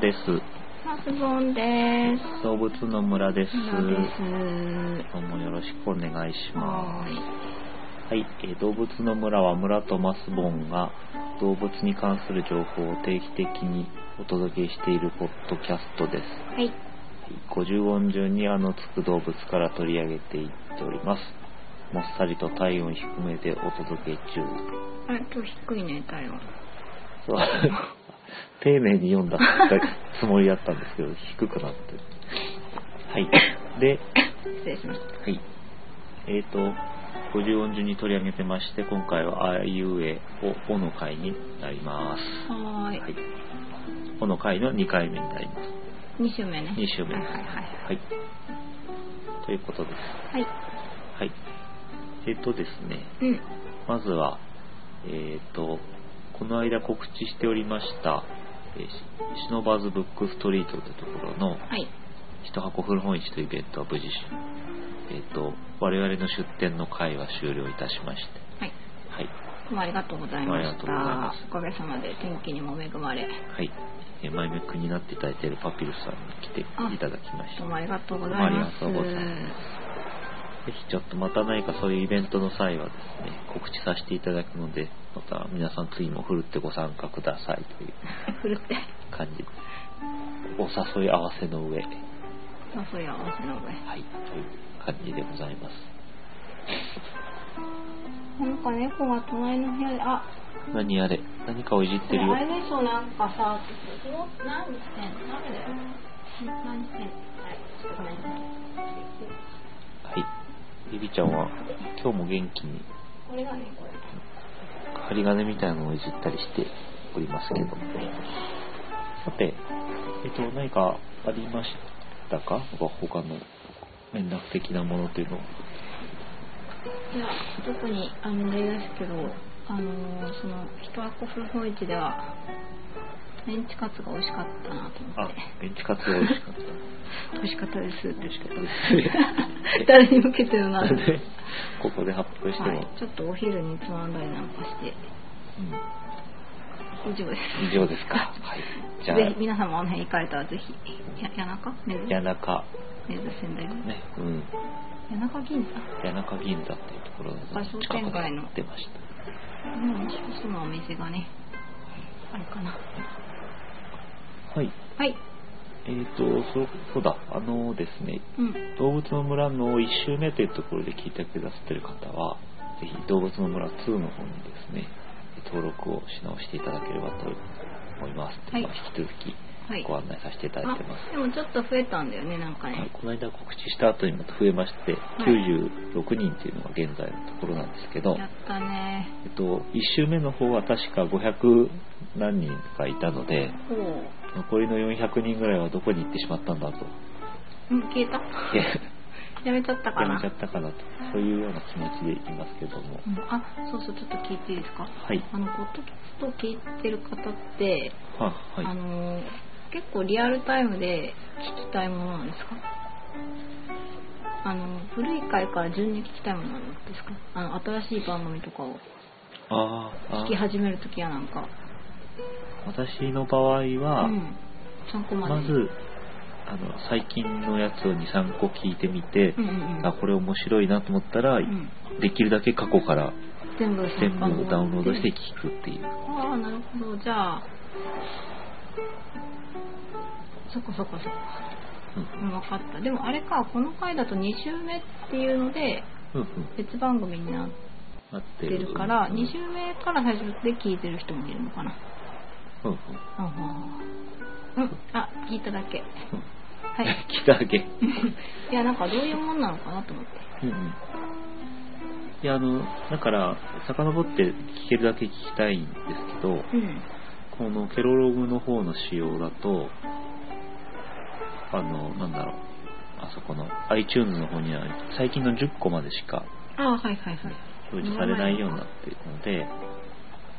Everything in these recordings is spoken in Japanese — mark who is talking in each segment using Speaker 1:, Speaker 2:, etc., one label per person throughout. Speaker 1: です。
Speaker 2: マスボンです。
Speaker 1: 動物の村です。
Speaker 2: 村です。
Speaker 1: 今日もよろしくお願いしま
Speaker 2: は
Speaker 1: す。
Speaker 2: ーい。
Speaker 1: はい、えー動物の村は村とマスボンが動物に関する情報を定期的にお届けしているポッドキャストです。
Speaker 2: はい。
Speaker 1: はい50音順にあのつく動物から取り上げていっております。もっさりと体温低めでお届け中。
Speaker 2: あ、今日低いね、体温。
Speaker 1: そう 丁寧に読んだつもりだったんですけど、低くなってる。はい。で、
Speaker 2: 失礼しました。
Speaker 1: はい。えー、と、50音順に取り上げてまして、今回はあいうえお、おの回になります。
Speaker 2: はーい。
Speaker 1: はい。おの回の2回目になります。
Speaker 2: 二週目ね。
Speaker 1: 2週目
Speaker 2: は
Speaker 1: で
Speaker 2: い
Speaker 1: す。
Speaker 2: はいはい。
Speaker 1: はい。ということです。
Speaker 2: はい。
Speaker 1: はい。えっ、とですね、
Speaker 2: うん。
Speaker 1: まずは、えっ、と、この間告知しておりました、えーしシノバーズブックストリートというところの、
Speaker 2: はい。
Speaker 1: 一箱古本市というイベントは無事、えっ、と、我々の出店の会は終了いたしまして、
Speaker 2: はい。
Speaker 1: はい。
Speaker 2: どうもありがとうございま
Speaker 1: ありが
Speaker 2: し
Speaker 1: とうございま
Speaker 2: た。
Speaker 1: す
Speaker 2: おかげさまで天気にも恵まれ。
Speaker 1: はい。えー、前目くになっていただいているパピルスさんに来ていただきまし
Speaker 2: ど
Speaker 1: た
Speaker 2: う。もありがとうございます。
Speaker 1: どうもありがとうございぜひちょっとまた何かそういうイベントの際はですね、告知させていただくので、また皆さん次もふるってご参加くださいという
Speaker 2: ふるって。
Speaker 1: 感じです。お誘い合わせの上、はい、
Speaker 2: 誘い合わせの上。
Speaker 1: という感じでございます。
Speaker 2: なんか猫が隣の部屋で、あ、
Speaker 1: 何あれ何かをいじってるよ
Speaker 2: あ。れでしょなんかさ何してんのダメだよ何してんのはいちょっとごめんなさい
Speaker 1: はい。ビビちゃんは今日も元気に
Speaker 2: これがねこれ
Speaker 1: 針金みたいなのをいじったりしておりますけども。さて、えっと、何かありましたか他の連絡的なものというのは。
Speaker 2: いや特にあの例ですけどあのーその一箱古本市ではメンチカツが美味しかったなと思
Speaker 1: あ
Speaker 2: って、
Speaker 1: メンチカツ美味しかっ
Speaker 2: 美味しかったですって
Speaker 1: た。美味しかったで
Speaker 2: 誰に向けてるな
Speaker 1: す。で、 ここで発表しても、
Speaker 2: はい、ちょっとお昼につまんだりなんかして以上です
Speaker 1: うん、以上ですか。はい。じゃ
Speaker 2: ぜひ皆様あの辺行かれたらぜひや谷中根津
Speaker 1: あ、谷中、
Speaker 2: 根津仙台ね
Speaker 1: ね、うん、
Speaker 2: 谷中銀座
Speaker 1: 谷中銀座っていうところ
Speaker 2: あ
Speaker 1: の
Speaker 2: 商
Speaker 1: 近く
Speaker 2: 店
Speaker 1: に
Speaker 2: 街の
Speaker 1: やってました。
Speaker 2: うん、一つのお店がね、あれかな。
Speaker 1: はい。
Speaker 2: はい。
Speaker 1: えっ、と、そう、そうだ、あのですね、
Speaker 2: うん。
Speaker 1: 動物の村の1周目というところで聞いてくださってる方は、ぜひ動物の村2の方にですね、登録をし直していただければと思います。
Speaker 2: はい
Speaker 1: 引き続
Speaker 2: はい
Speaker 1: きご案内させていただいてます。
Speaker 2: あ、でもちょっと増えたんだよね、なんか
Speaker 1: はい
Speaker 2: ね。
Speaker 1: この間告知した後にまた増えまして、96人というのが現在のところなんですけど、
Speaker 2: やったね。
Speaker 1: えっと、1周目の方は確か500何人かいたので、
Speaker 2: おう。
Speaker 1: 残りの400人ぐらいはどこに行ってしまったん だと、
Speaker 2: うん、消えた
Speaker 1: いや
Speaker 2: やめちゃったか
Speaker 1: や
Speaker 2: な。
Speaker 1: めちゃったかなと、そういうような気持ちでいきますけども、
Speaker 2: うん、あ、そうそう、ちょっと聞いていいですか
Speaker 1: はい、
Speaker 2: あの、ポッドキャストを聞いてる方って、
Speaker 1: ははい
Speaker 2: あのー、結構リアルタイムで聞きたいものなんですかあの、古い回から順に聞きたいものなんですかあの、新しい番組とかを
Speaker 1: あーあ
Speaker 2: 聞き始めるときやなんか。
Speaker 1: 私の場合は、
Speaker 2: うん。参考まで
Speaker 1: ま
Speaker 2: に。
Speaker 1: ずあの最近のやつを23個聞いてみて
Speaker 2: う、んうんうん
Speaker 1: あこれ面白いなと思ったら、
Speaker 2: うん
Speaker 1: できるだけ過去から
Speaker 2: 全部
Speaker 1: 全部ダウンロードして聞くっていう
Speaker 2: ああなるほどじゃあそこそこそこうん分かったでもあれかこの回だと2週目っていうので
Speaker 1: うんうん
Speaker 2: 別番組になっ
Speaker 1: なって
Speaker 2: て
Speaker 1: る
Speaker 2: るから
Speaker 1: うん
Speaker 2: 2週目から最初で聞いてる人もいるのかな
Speaker 1: うんうん
Speaker 2: うんうんうんあ聞いただけはい
Speaker 1: 来たわけ
Speaker 2: いやなんかどういうもんなのかなと思っ
Speaker 1: う
Speaker 2: て
Speaker 1: んうんいやあのだから遡って聞けるだけ聞きたいんですけど
Speaker 2: うん
Speaker 1: このケロログの方の仕様だとあのなんだろうあそこの iTunes の方には最近の10個までしか
Speaker 2: ああはいはいはい
Speaker 1: 表示されないようになっているので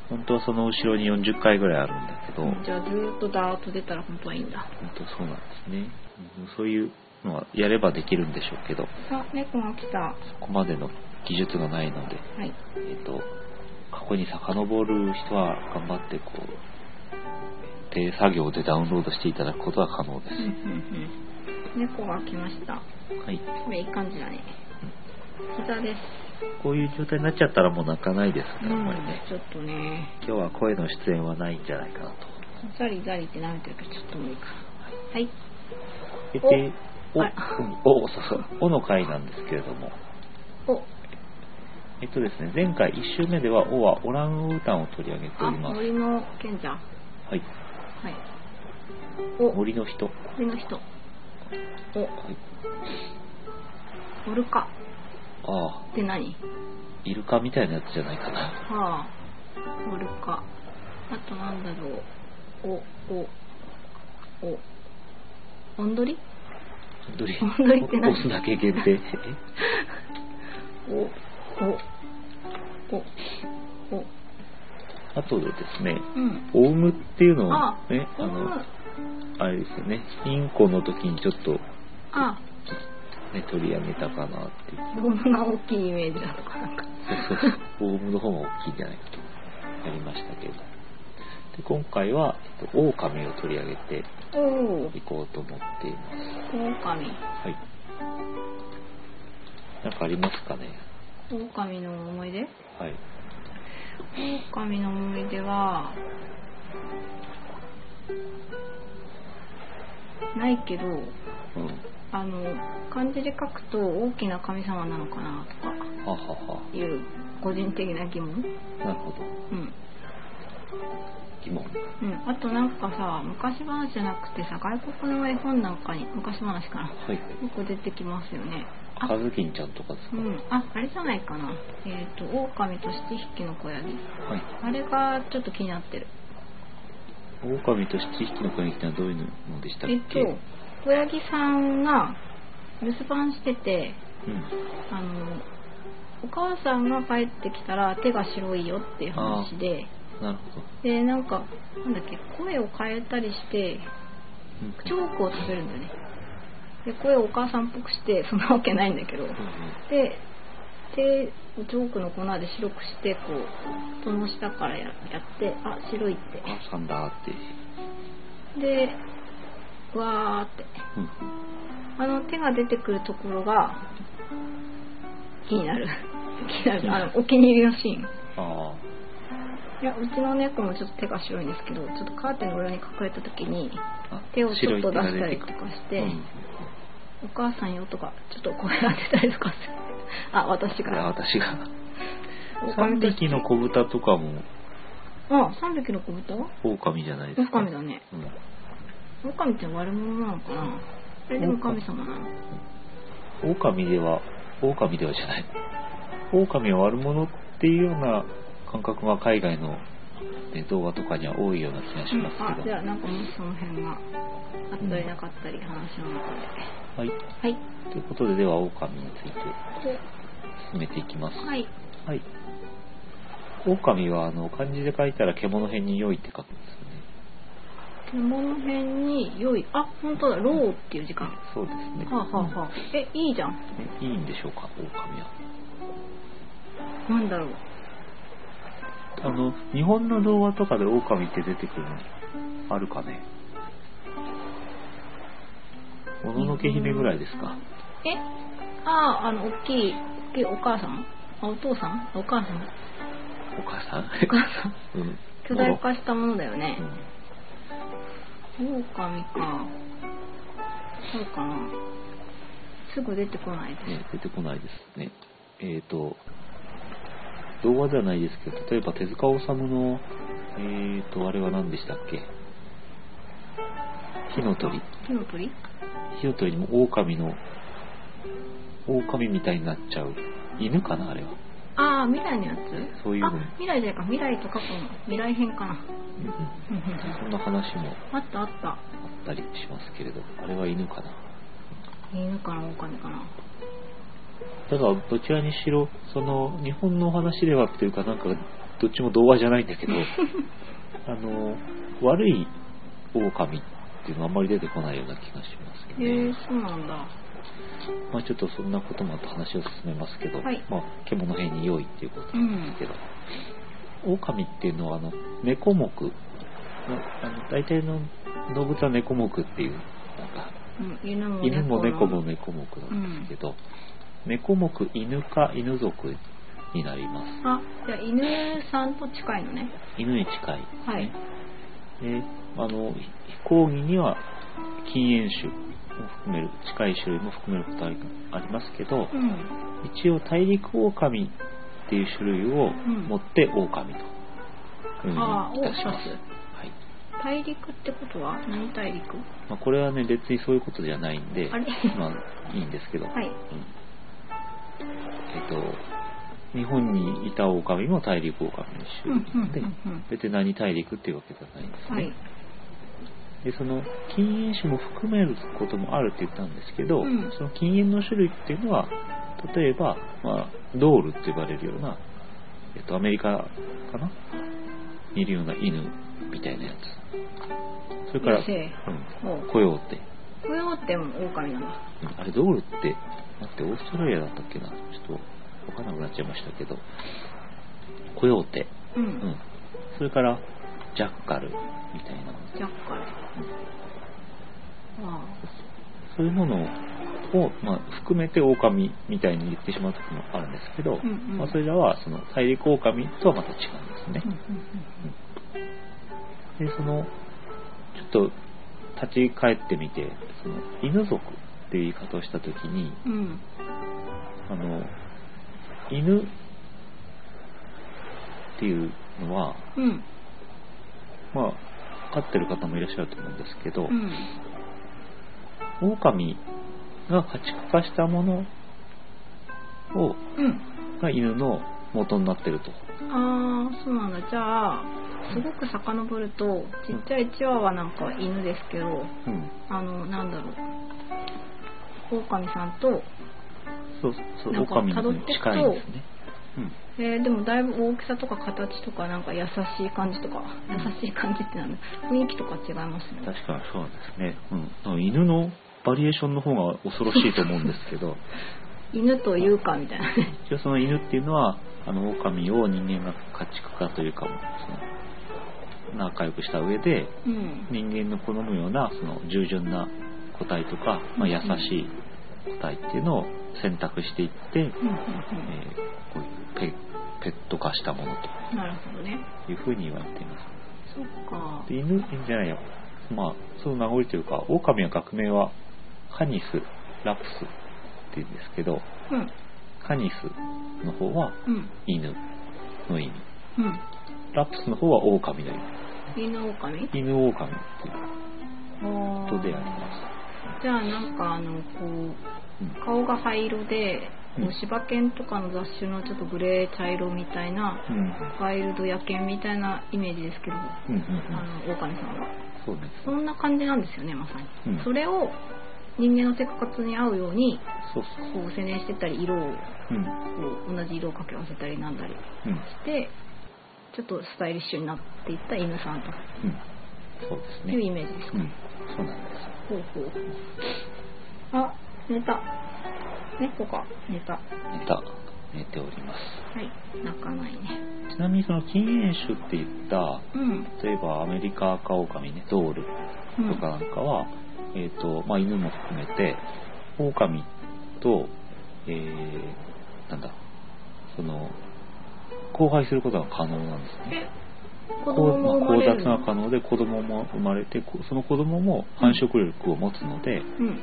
Speaker 1: 本当はその後ろに40回ぐらいあるんだけど、
Speaker 2: うんじゃあずーっとダーッと出たら本当はいいんだ
Speaker 1: 本当そうなんですね。うんそういうのはやればできるんでしょうけど、
Speaker 2: あ猫が来たは
Speaker 1: そこまでの技術がないので、
Speaker 2: い
Speaker 1: えっ、と、過去に遡る人は頑張ってこう、手作業でダウンロードしていただくことは可能で
Speaker 2: うんうんうん猫が来ました
Speaker 1: す。はい。
Speaker 2: これいい感じだね膝です
Speaker 1: こういう状態になっちゃったらもう泣かないです
Speaker 2: う
Speaker 1: ね、あんまり
Speaker 2: ん
Speaker 1: ね。
Speaker 2: ちょっとね
Speaker 1: 今日は声の出演はないんじゃないかなと。
Speaker 2: ザリザリってなめてるけどちょっと無理かなはい
Speaker 1: で
Speaker 2: お
Speaker 1: で、お、う
Speaker 2: あ
Speaker 1: んお、そうそう、おの回なんですけれども。
Speaker 2: お
Speaker 1: えっとですね、前回1周目では、おはオランウータンを取り上げてお
Speaker 2: あ
Speaker 1: ります。
Speaker 2: 森の賢者は
Speaker 1: はい。
Speaker 2: いお
Speaker 1: 森の人。は
Speaker 2: 森の人
Speaker 1: い。
Speaker 2: オルカ
Speaker 1: ああ、
Speaker 2: って何
Speaker 1: イルカみたいなやつじゃないかな。
Speaker 2: はあオルカあとなんだろうおおおオンドリ
Speaker 1: どれ
Speaker 2: どれって何
Speaker 1: オスだけ限定。
Speaker 2: おおおお
Speaker 1: あとでですね、
Speaker 2: うん
Speaker 1: オウムっていうのを
Speaker 2: あ
Speaker 1: ね、あ
Speaker 2: オウム
Speaker 1: の、あれですよね、インコの時にちょっと、
Speaker 2: あ
Speaker 1: ね、取り上げたかなっていう。
Speaker 2: ゴムが大きいイメージだとかなんか
Speaker 1: そうそう そうオウムの方が大きいんじゃないかとやりましたけど。で今回は、えっと、オオカミを取り上げて
Speaker 2: おお
Speaker 1: いこうと思っています。
Speaker 2: 狼
Speaker 1: はい。なんかありますかね
Speaker 2: 狼の思い出
Speaker 1: はい。
Speaker 2: 狼の思い出はないけど
Speaker 1: うん。
Speaker 2: あの漢字で書くと大きな神様なのかなとか
Speaker 1: ははは。
Speaker 2: いう個人的な疑問
Speaker 1: なるほど。
Speaker 2: うん
Speaker 1: 疑問。
Speaker 2: うん、あとなんかさ昔話じゃなくてさ外国の絵本なんかに昔話かな
Speaker 1: はい。
Speaker 2: よく出てきますよねあ
Speaker 1: カズキンちゃんとかです
Speaker 2: う
Speaker 1: か、
Speaker 2: んああれじゃないかなえっ、ー、と狼と七匹の小ヤギ
Speaker 1: はい。
Speaker 2: あれがちょっと気になってる
Speaker 1: 狼と七匹の子に来たのはどういうのでしたっ
Speaker 2: えっ
Speaker 1: け、
Speaker 2: と小ヤギさんが留守番してて
Speaker 1: うん。
Speaker 2: あのお母さんが帰ってきたら手が白いよっていう話で
Speaker 1: なるほど。
Speaker 2: でなんかなんだっけ声を変えたりして
Speaker 1: うん
Speaker 2: チョークを食べるんだよねで声をお母さんっぽくしてそんなわけないんだけど
Speaker 1: うんうん
Speaker 2: で手をチョークの粉で白くしてこうその下からややってあ白いっ
Speaker 1: お母さんだーって。
Speaker 2: てでわーって
Speaker 1: うん。
Speaker 2: あの手が出てくるところが気になる 気になるあのお気に入りのシーン
Speaker 1: あ
Speaker 2: いやうちの猫もちょっと手が白いんですけどちょっとカーテンの裏に隠れた時に
Speaker 1: ーあ。
Speaker 2: 手をちょっと出
Speaker 1: 白い手が
Speaker 2: した
Speaker 1: 出
Speaker 2: り
Speaker 1: て
Speaker 2: と
Speaker 1: く
Speaker 2: か
Speaker 1: る
Speaker 2: して、
Speaker 1: うん。
Speaker 2: お母さんよとかちょっと声当てたりとかする あ私
Speaker 1: これは
Speaker 2: が
Speaker 1: 私が。
Speaker 2: 狼
Speaker 1: 三
Speaker 2: と
Speaker 1: 匹の子豚とかも
Speaker 2: あ三匹の子豚は
Speaker 1: 狼じゃないですか。
Speaker 2: 狼だね
Speaker 1: うん。
Speaker 2: 狼って悪者なのかなあれでも神様なの
Speaker 1: 狼では狼ではじゃない狼は悪者っていうような感覚が海外の、ね、動画とかには多いような気がします
Speaker 2: あ
Speaker 1: け
Speaker 2: じ
Speaker 1: ど、
Speaker 2: ゃあなんかもしその辺があったりなかったり話の
Speaker 1: は
Speaker 2: 中で、
Speaker 1: い、
Speaker 2: はい
Speaker 1: ということででは狼について進めていきます
Speaker 2: はい
Speaker 1: はい狼はあの漢字で書いたら獣編に良いって書くんです
Speaker 2: 獣編に良いあ本当だローっていう時
Speaker 1: よ
Speaker 2: 間
Speaker 1: ねそうですね、
Speaker 2: はあ、はあはあ、えいいじゃん
Speaker 1: うんいいんでしょうか狼は
Speaker 2: なんだろう
Speaker 1: あの日本の童話とかで狼って出てくるのあるかねもののけ姫ぐらいですか、
Speaker 2: えあああの大きい大きいお母さんあお父さんお母さん
Speaker 1: お母さん
Speaker 2: お母さ ん
Speaker 1: うん
Speaker 2: 巨大化したものだよね
Speaker 1: うん
Speaker 2: 狼かそうかなすぐ出てこないです
Speaker 1: ね、出てこないですねえっ、と童話ではないですけど例えば手塚治虫のえっ、とあれは何でしたっけ火の鳥
Speaker 2: 火の鳥
Speaker 1: 火の鳥にも狼の狼みたいになっちゃう犬かなあれは
Speaker 2: ああ未来のやつ
Speaker 1: そういう
Speaker 2: あ
Speaker 1: の
Speaker 2: 未来じゃないか未来と過去の未来編かな
Speaker 1: うんうんそんな話も
Speaker 2: あったあった
Speaker 1: あったりしますけれど、あれは犬かな。
Speaker 2: 犬かな狼かな
Speaker 1: ただ、どちらにしろ、その、日本のお話ではというか、なんか、どっちも童話じゃないんだけ ど、あの、悪い狼っていうのはあんまり出てこないような気がしますけど
Speaker 2: へ
Speaker 1: ね、
Speaker 2: えそうなんだ
Speaker 1: まあちょっとそんなこともあって話を進めますけど、
Speaker 2: はい
Speaker 1: まあ獣編に良いっていうことなんですけど、狼っていうのは、あの、猫目、あの大体の動物は猫目っていう、なんか、
Speaker 2: うん、犬も
Speaker 1: 犬も猫
Speaker 2: の
Speaker 1: も猫目なんですけど、猫目、犬か犬族になります。
Speaker 2: あじゃあ犬さんと近いのね
Speaker 1: 犬に近い、ね。
Speaker 2: はい
Speaker 1: で、あの、ひ飛行機には禁煙種も含める、近い種類も含めることはありますけど、
Speaker 2: うん
Speaker 1: 一応大陸狼っていう種類を
Speaker 2: ん
Speaker 1: 持って狼という
Speaker 2: あ
Speaker 1: の
Speaker 2: あ
Speaker 1: にいたします。
Speaker 2: オーシャ
Speaker 1: はい
Speaker 2: 大陸ってことは何大陸
Speaker 1: まあ、これはね、別にそういうことじゃないんで、
Speaker 2: あれ
Speaker 1: まあ、いいんですけど、
Speaker 2: はい
Speaker 1: うんえっ、と、日本にいた狼も大陸狼の種類なんで、
Speaker 2: うんうんうんうん
Speaker 1: 別に何大陸っていうわけじゃないんですね。
Speaker 2: はい
Speaker 1: でその禁煙種も含めることもあるって言ったんですけど、
Speaker 2: うん
Speaker 1: その禁煙の種類っていうのは例えば、まあ、ドールって呼ばれるような、えっと、アメリカかなにいるような犬みたいなやつそれから、
Speaker 2: 野生
Speaker 1: う
Speaker 2: お
Speaker 1: ん、
Speaker 2: う
Speaker 1: コヨーテ、
Speaker 2: コヨーテも狼なんだ
Speaker 1: うんあれドールって待ってオーストラリアだったっけなちょっと分かんなくなっちゃいましたけどコヨーテ、
Speaker 2: うん、
Speaker 1: うん、それからジャッカルみたいな
Speaker 2: ジャッカルあ
Speaker 1: そういうものを、まあ、含めて狼みたいに言ってしまう時もあるんですけど、
Speaker 2: うんうん
Speaker 1: まあ、それらはその大陸狼とはまた違うんです
Speaker 2: あうん
Speaker 1: ね
Speaker 2: う、ん
Speaker 1: でそのちょっと立ち返ってみてその犬族っていう言い方をした時に
Speaker 2: うんうん
Speaker 1: あの犬っていうのは、
Speaker 2: うん
Speaker 1: まあ、飼ってる方もいらっしゃると思うんですけど、
Speaker 2: うん
Speaker 1: 狼が家畜化したものを
Speaker 2: うん
Speaker 1: が犬の元になってると。
Speaker 2: ああそうなんだじゃあすごく遡るとちっちゃいチワワなんかは犬ですけど
Speaker 1: うん、
Speaker 2: あのなんだろう狼さんと、
Speaker 1: そうそう、
Speaker 2: なんか
Speaker 1: 狼の方に
Speaker 2: 辿ってくと
Speaker 1: 近いですね。うん、
Speaker 2: えーでもだいぶ大きさとか形とかなんか優しい感じとか
Speaker 1: うん
Speaker 2: 優しい感じってなんだ雰囲気とか違いますね
Speaker 1: 確かにそうですね。うん、犬のバリエーションの方が恐ろしいと思うんですけど、
Speaker 2: 犬というかみたいな
Speaker 1: 一応その犬っていうのは、あの狼を人間が家畜化というか、その仲良くした上で、
Speaker 2: うん
Speaker 1: 人間の好むようなその従順な個体とか、まあ、優しい個体っていうのを選択していって、
Speaker 2: うんうん
Speaker 1: えーこういうペペット化したものと
Speaker 2: うんなるほどね
Speaker 1: いうふうに言われています。
Speaker 2: そっか
Speaker 1: で犬じゃないよまあその名残というか狼は学名はカニスラプスって言うんですけど
Speaker 2: うん
Speaker 1: カニスの方は
Speaker 2: うん
Speaker 1: 犬の意味
Speaker 2: うん
Speaker 1: ラプスの方は狼の意味
Speaker 2: 犬
Speaker 1: 犬狼っ
Speaker 2: 狼
Speaker 1: ていう
Speaker 2: お
Speaker 1: ことであり
Speaker 2: ー
Speaker 1: ま
Speaker 2: じゃあなんかあのこ
Speaker 1: す、
Speaker 2: う
Speaker 1: うん
Speaker 2: 顔が灰色で、
Speaker 1: うん
Speaker 2: こう柴犬とかの雑種のちょっとグレー茶色みたいな
Speaker 1: うん
Speaker 2: ワイルド野犬みたいなイメージですけど、
Speaker 1: うんうんうん
Speaker 2: あの狼さんは
Speaker 1: そうね
Speaker 2: そんな感じなんですよねまさに、
Speaker 1: うん
Speaker 2: それを人間の生活に合うように
Speaker 1: そうそう
Speaker 2: こう洗練してったり色をこ
Speaker 1: うんうん
Speaker 2: う同じ色をかけ合わせたりなんだりしてちょっとスタイリッシュになっていった犬さんと
Speaker 1: うんそうです
Speaker 2: いうイ
Speaker 1: ね
Speaker 2: メージです
Speaker 1: う
Speaker 2: か、
Speaker 1: んそうなんです
Speaker 2: ほうほうあ寝た猫か寝たは
Speaker 1: 寝た寝ております
Speaker 2: い泣かないね
Speaker 1: ちなみにその禁煙種って言った
Speaker 2: うん
Speaker 1: 例えばアメリカアカオオカミねゾウル
Speaker 2: うん
Speaker 1: とかなんかは、えーとまあ、犬も含めて狼と、えー、なんだその交配することが可能なんですね。
Speaker 2: え子供も生まれ
Speaker 1: 交
Speaker 2: る
Speaker 1: 雑
Speaker 2: の
Speaker 1: が可能で子供も生まれてこその子供も繁殖力を持つので、
Speaker 2: うん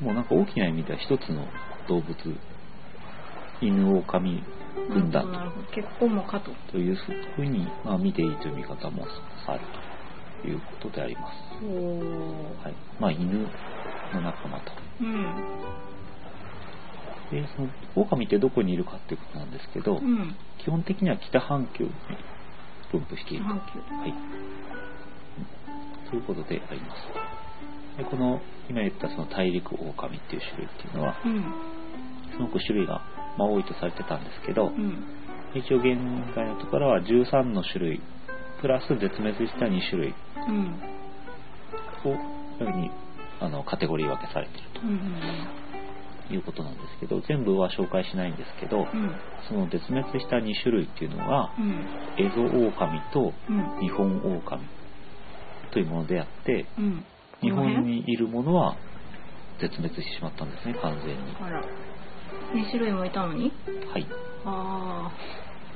Speaker 1: もうなんか大きな意味では一つの動物犬狼軍
Speaker 2: な
Speaker 1: 団
Speaker 2: るほど結婚もかと
Speaker 1: というふうに、まあ、見ていいという見方もあるということであります。
Speaker 2: おー
Speaker 1: はいまあ、犬の仲間と
Speaker 2: うん
Speaker 1: でその狼ってどこにいるかっていうことなんですけど、
Speaker 2: うん
Speaker 1: 基本的には北半球に分布している、は
Speaker 2: 半球
Speaker 1: い、ということでありますでこの今言ったその大陸狼っていう種類っていうのは
Speaker 2: うん
Speaker 1: すごく種類が、まあ、多いとされてたんですけど、
Speaker 2: うん
Speaker 1: 一応現在のところは13の種類プラス絶滅した2種類
Speaker 2: うん
Speaker 1: をこういうふうにあのカテゴリー分けされている
Speaker 2: うんうん
Speaker 1: ということなんですけど全部は紹介しないんですけど、
Speaker 2: うん
Speaker 1: その絶滅した2種類っていうのが
Speaker 2: うん
Speaker 1: エゾオオカミと
Speaker 2: うん
Speaker 1: 日本オオカミというものであって
Speaker 2: うん。
Speaker 1: 日
Speaker 2: この
Speaker 1: 本
Speaker 2: 辺
Speaker 1: にいるものは絶滅してしまったんですね完全に
Speaker 2: あら。ね、白いもいたのに
Speaker 1: はい
Speaker 2: あ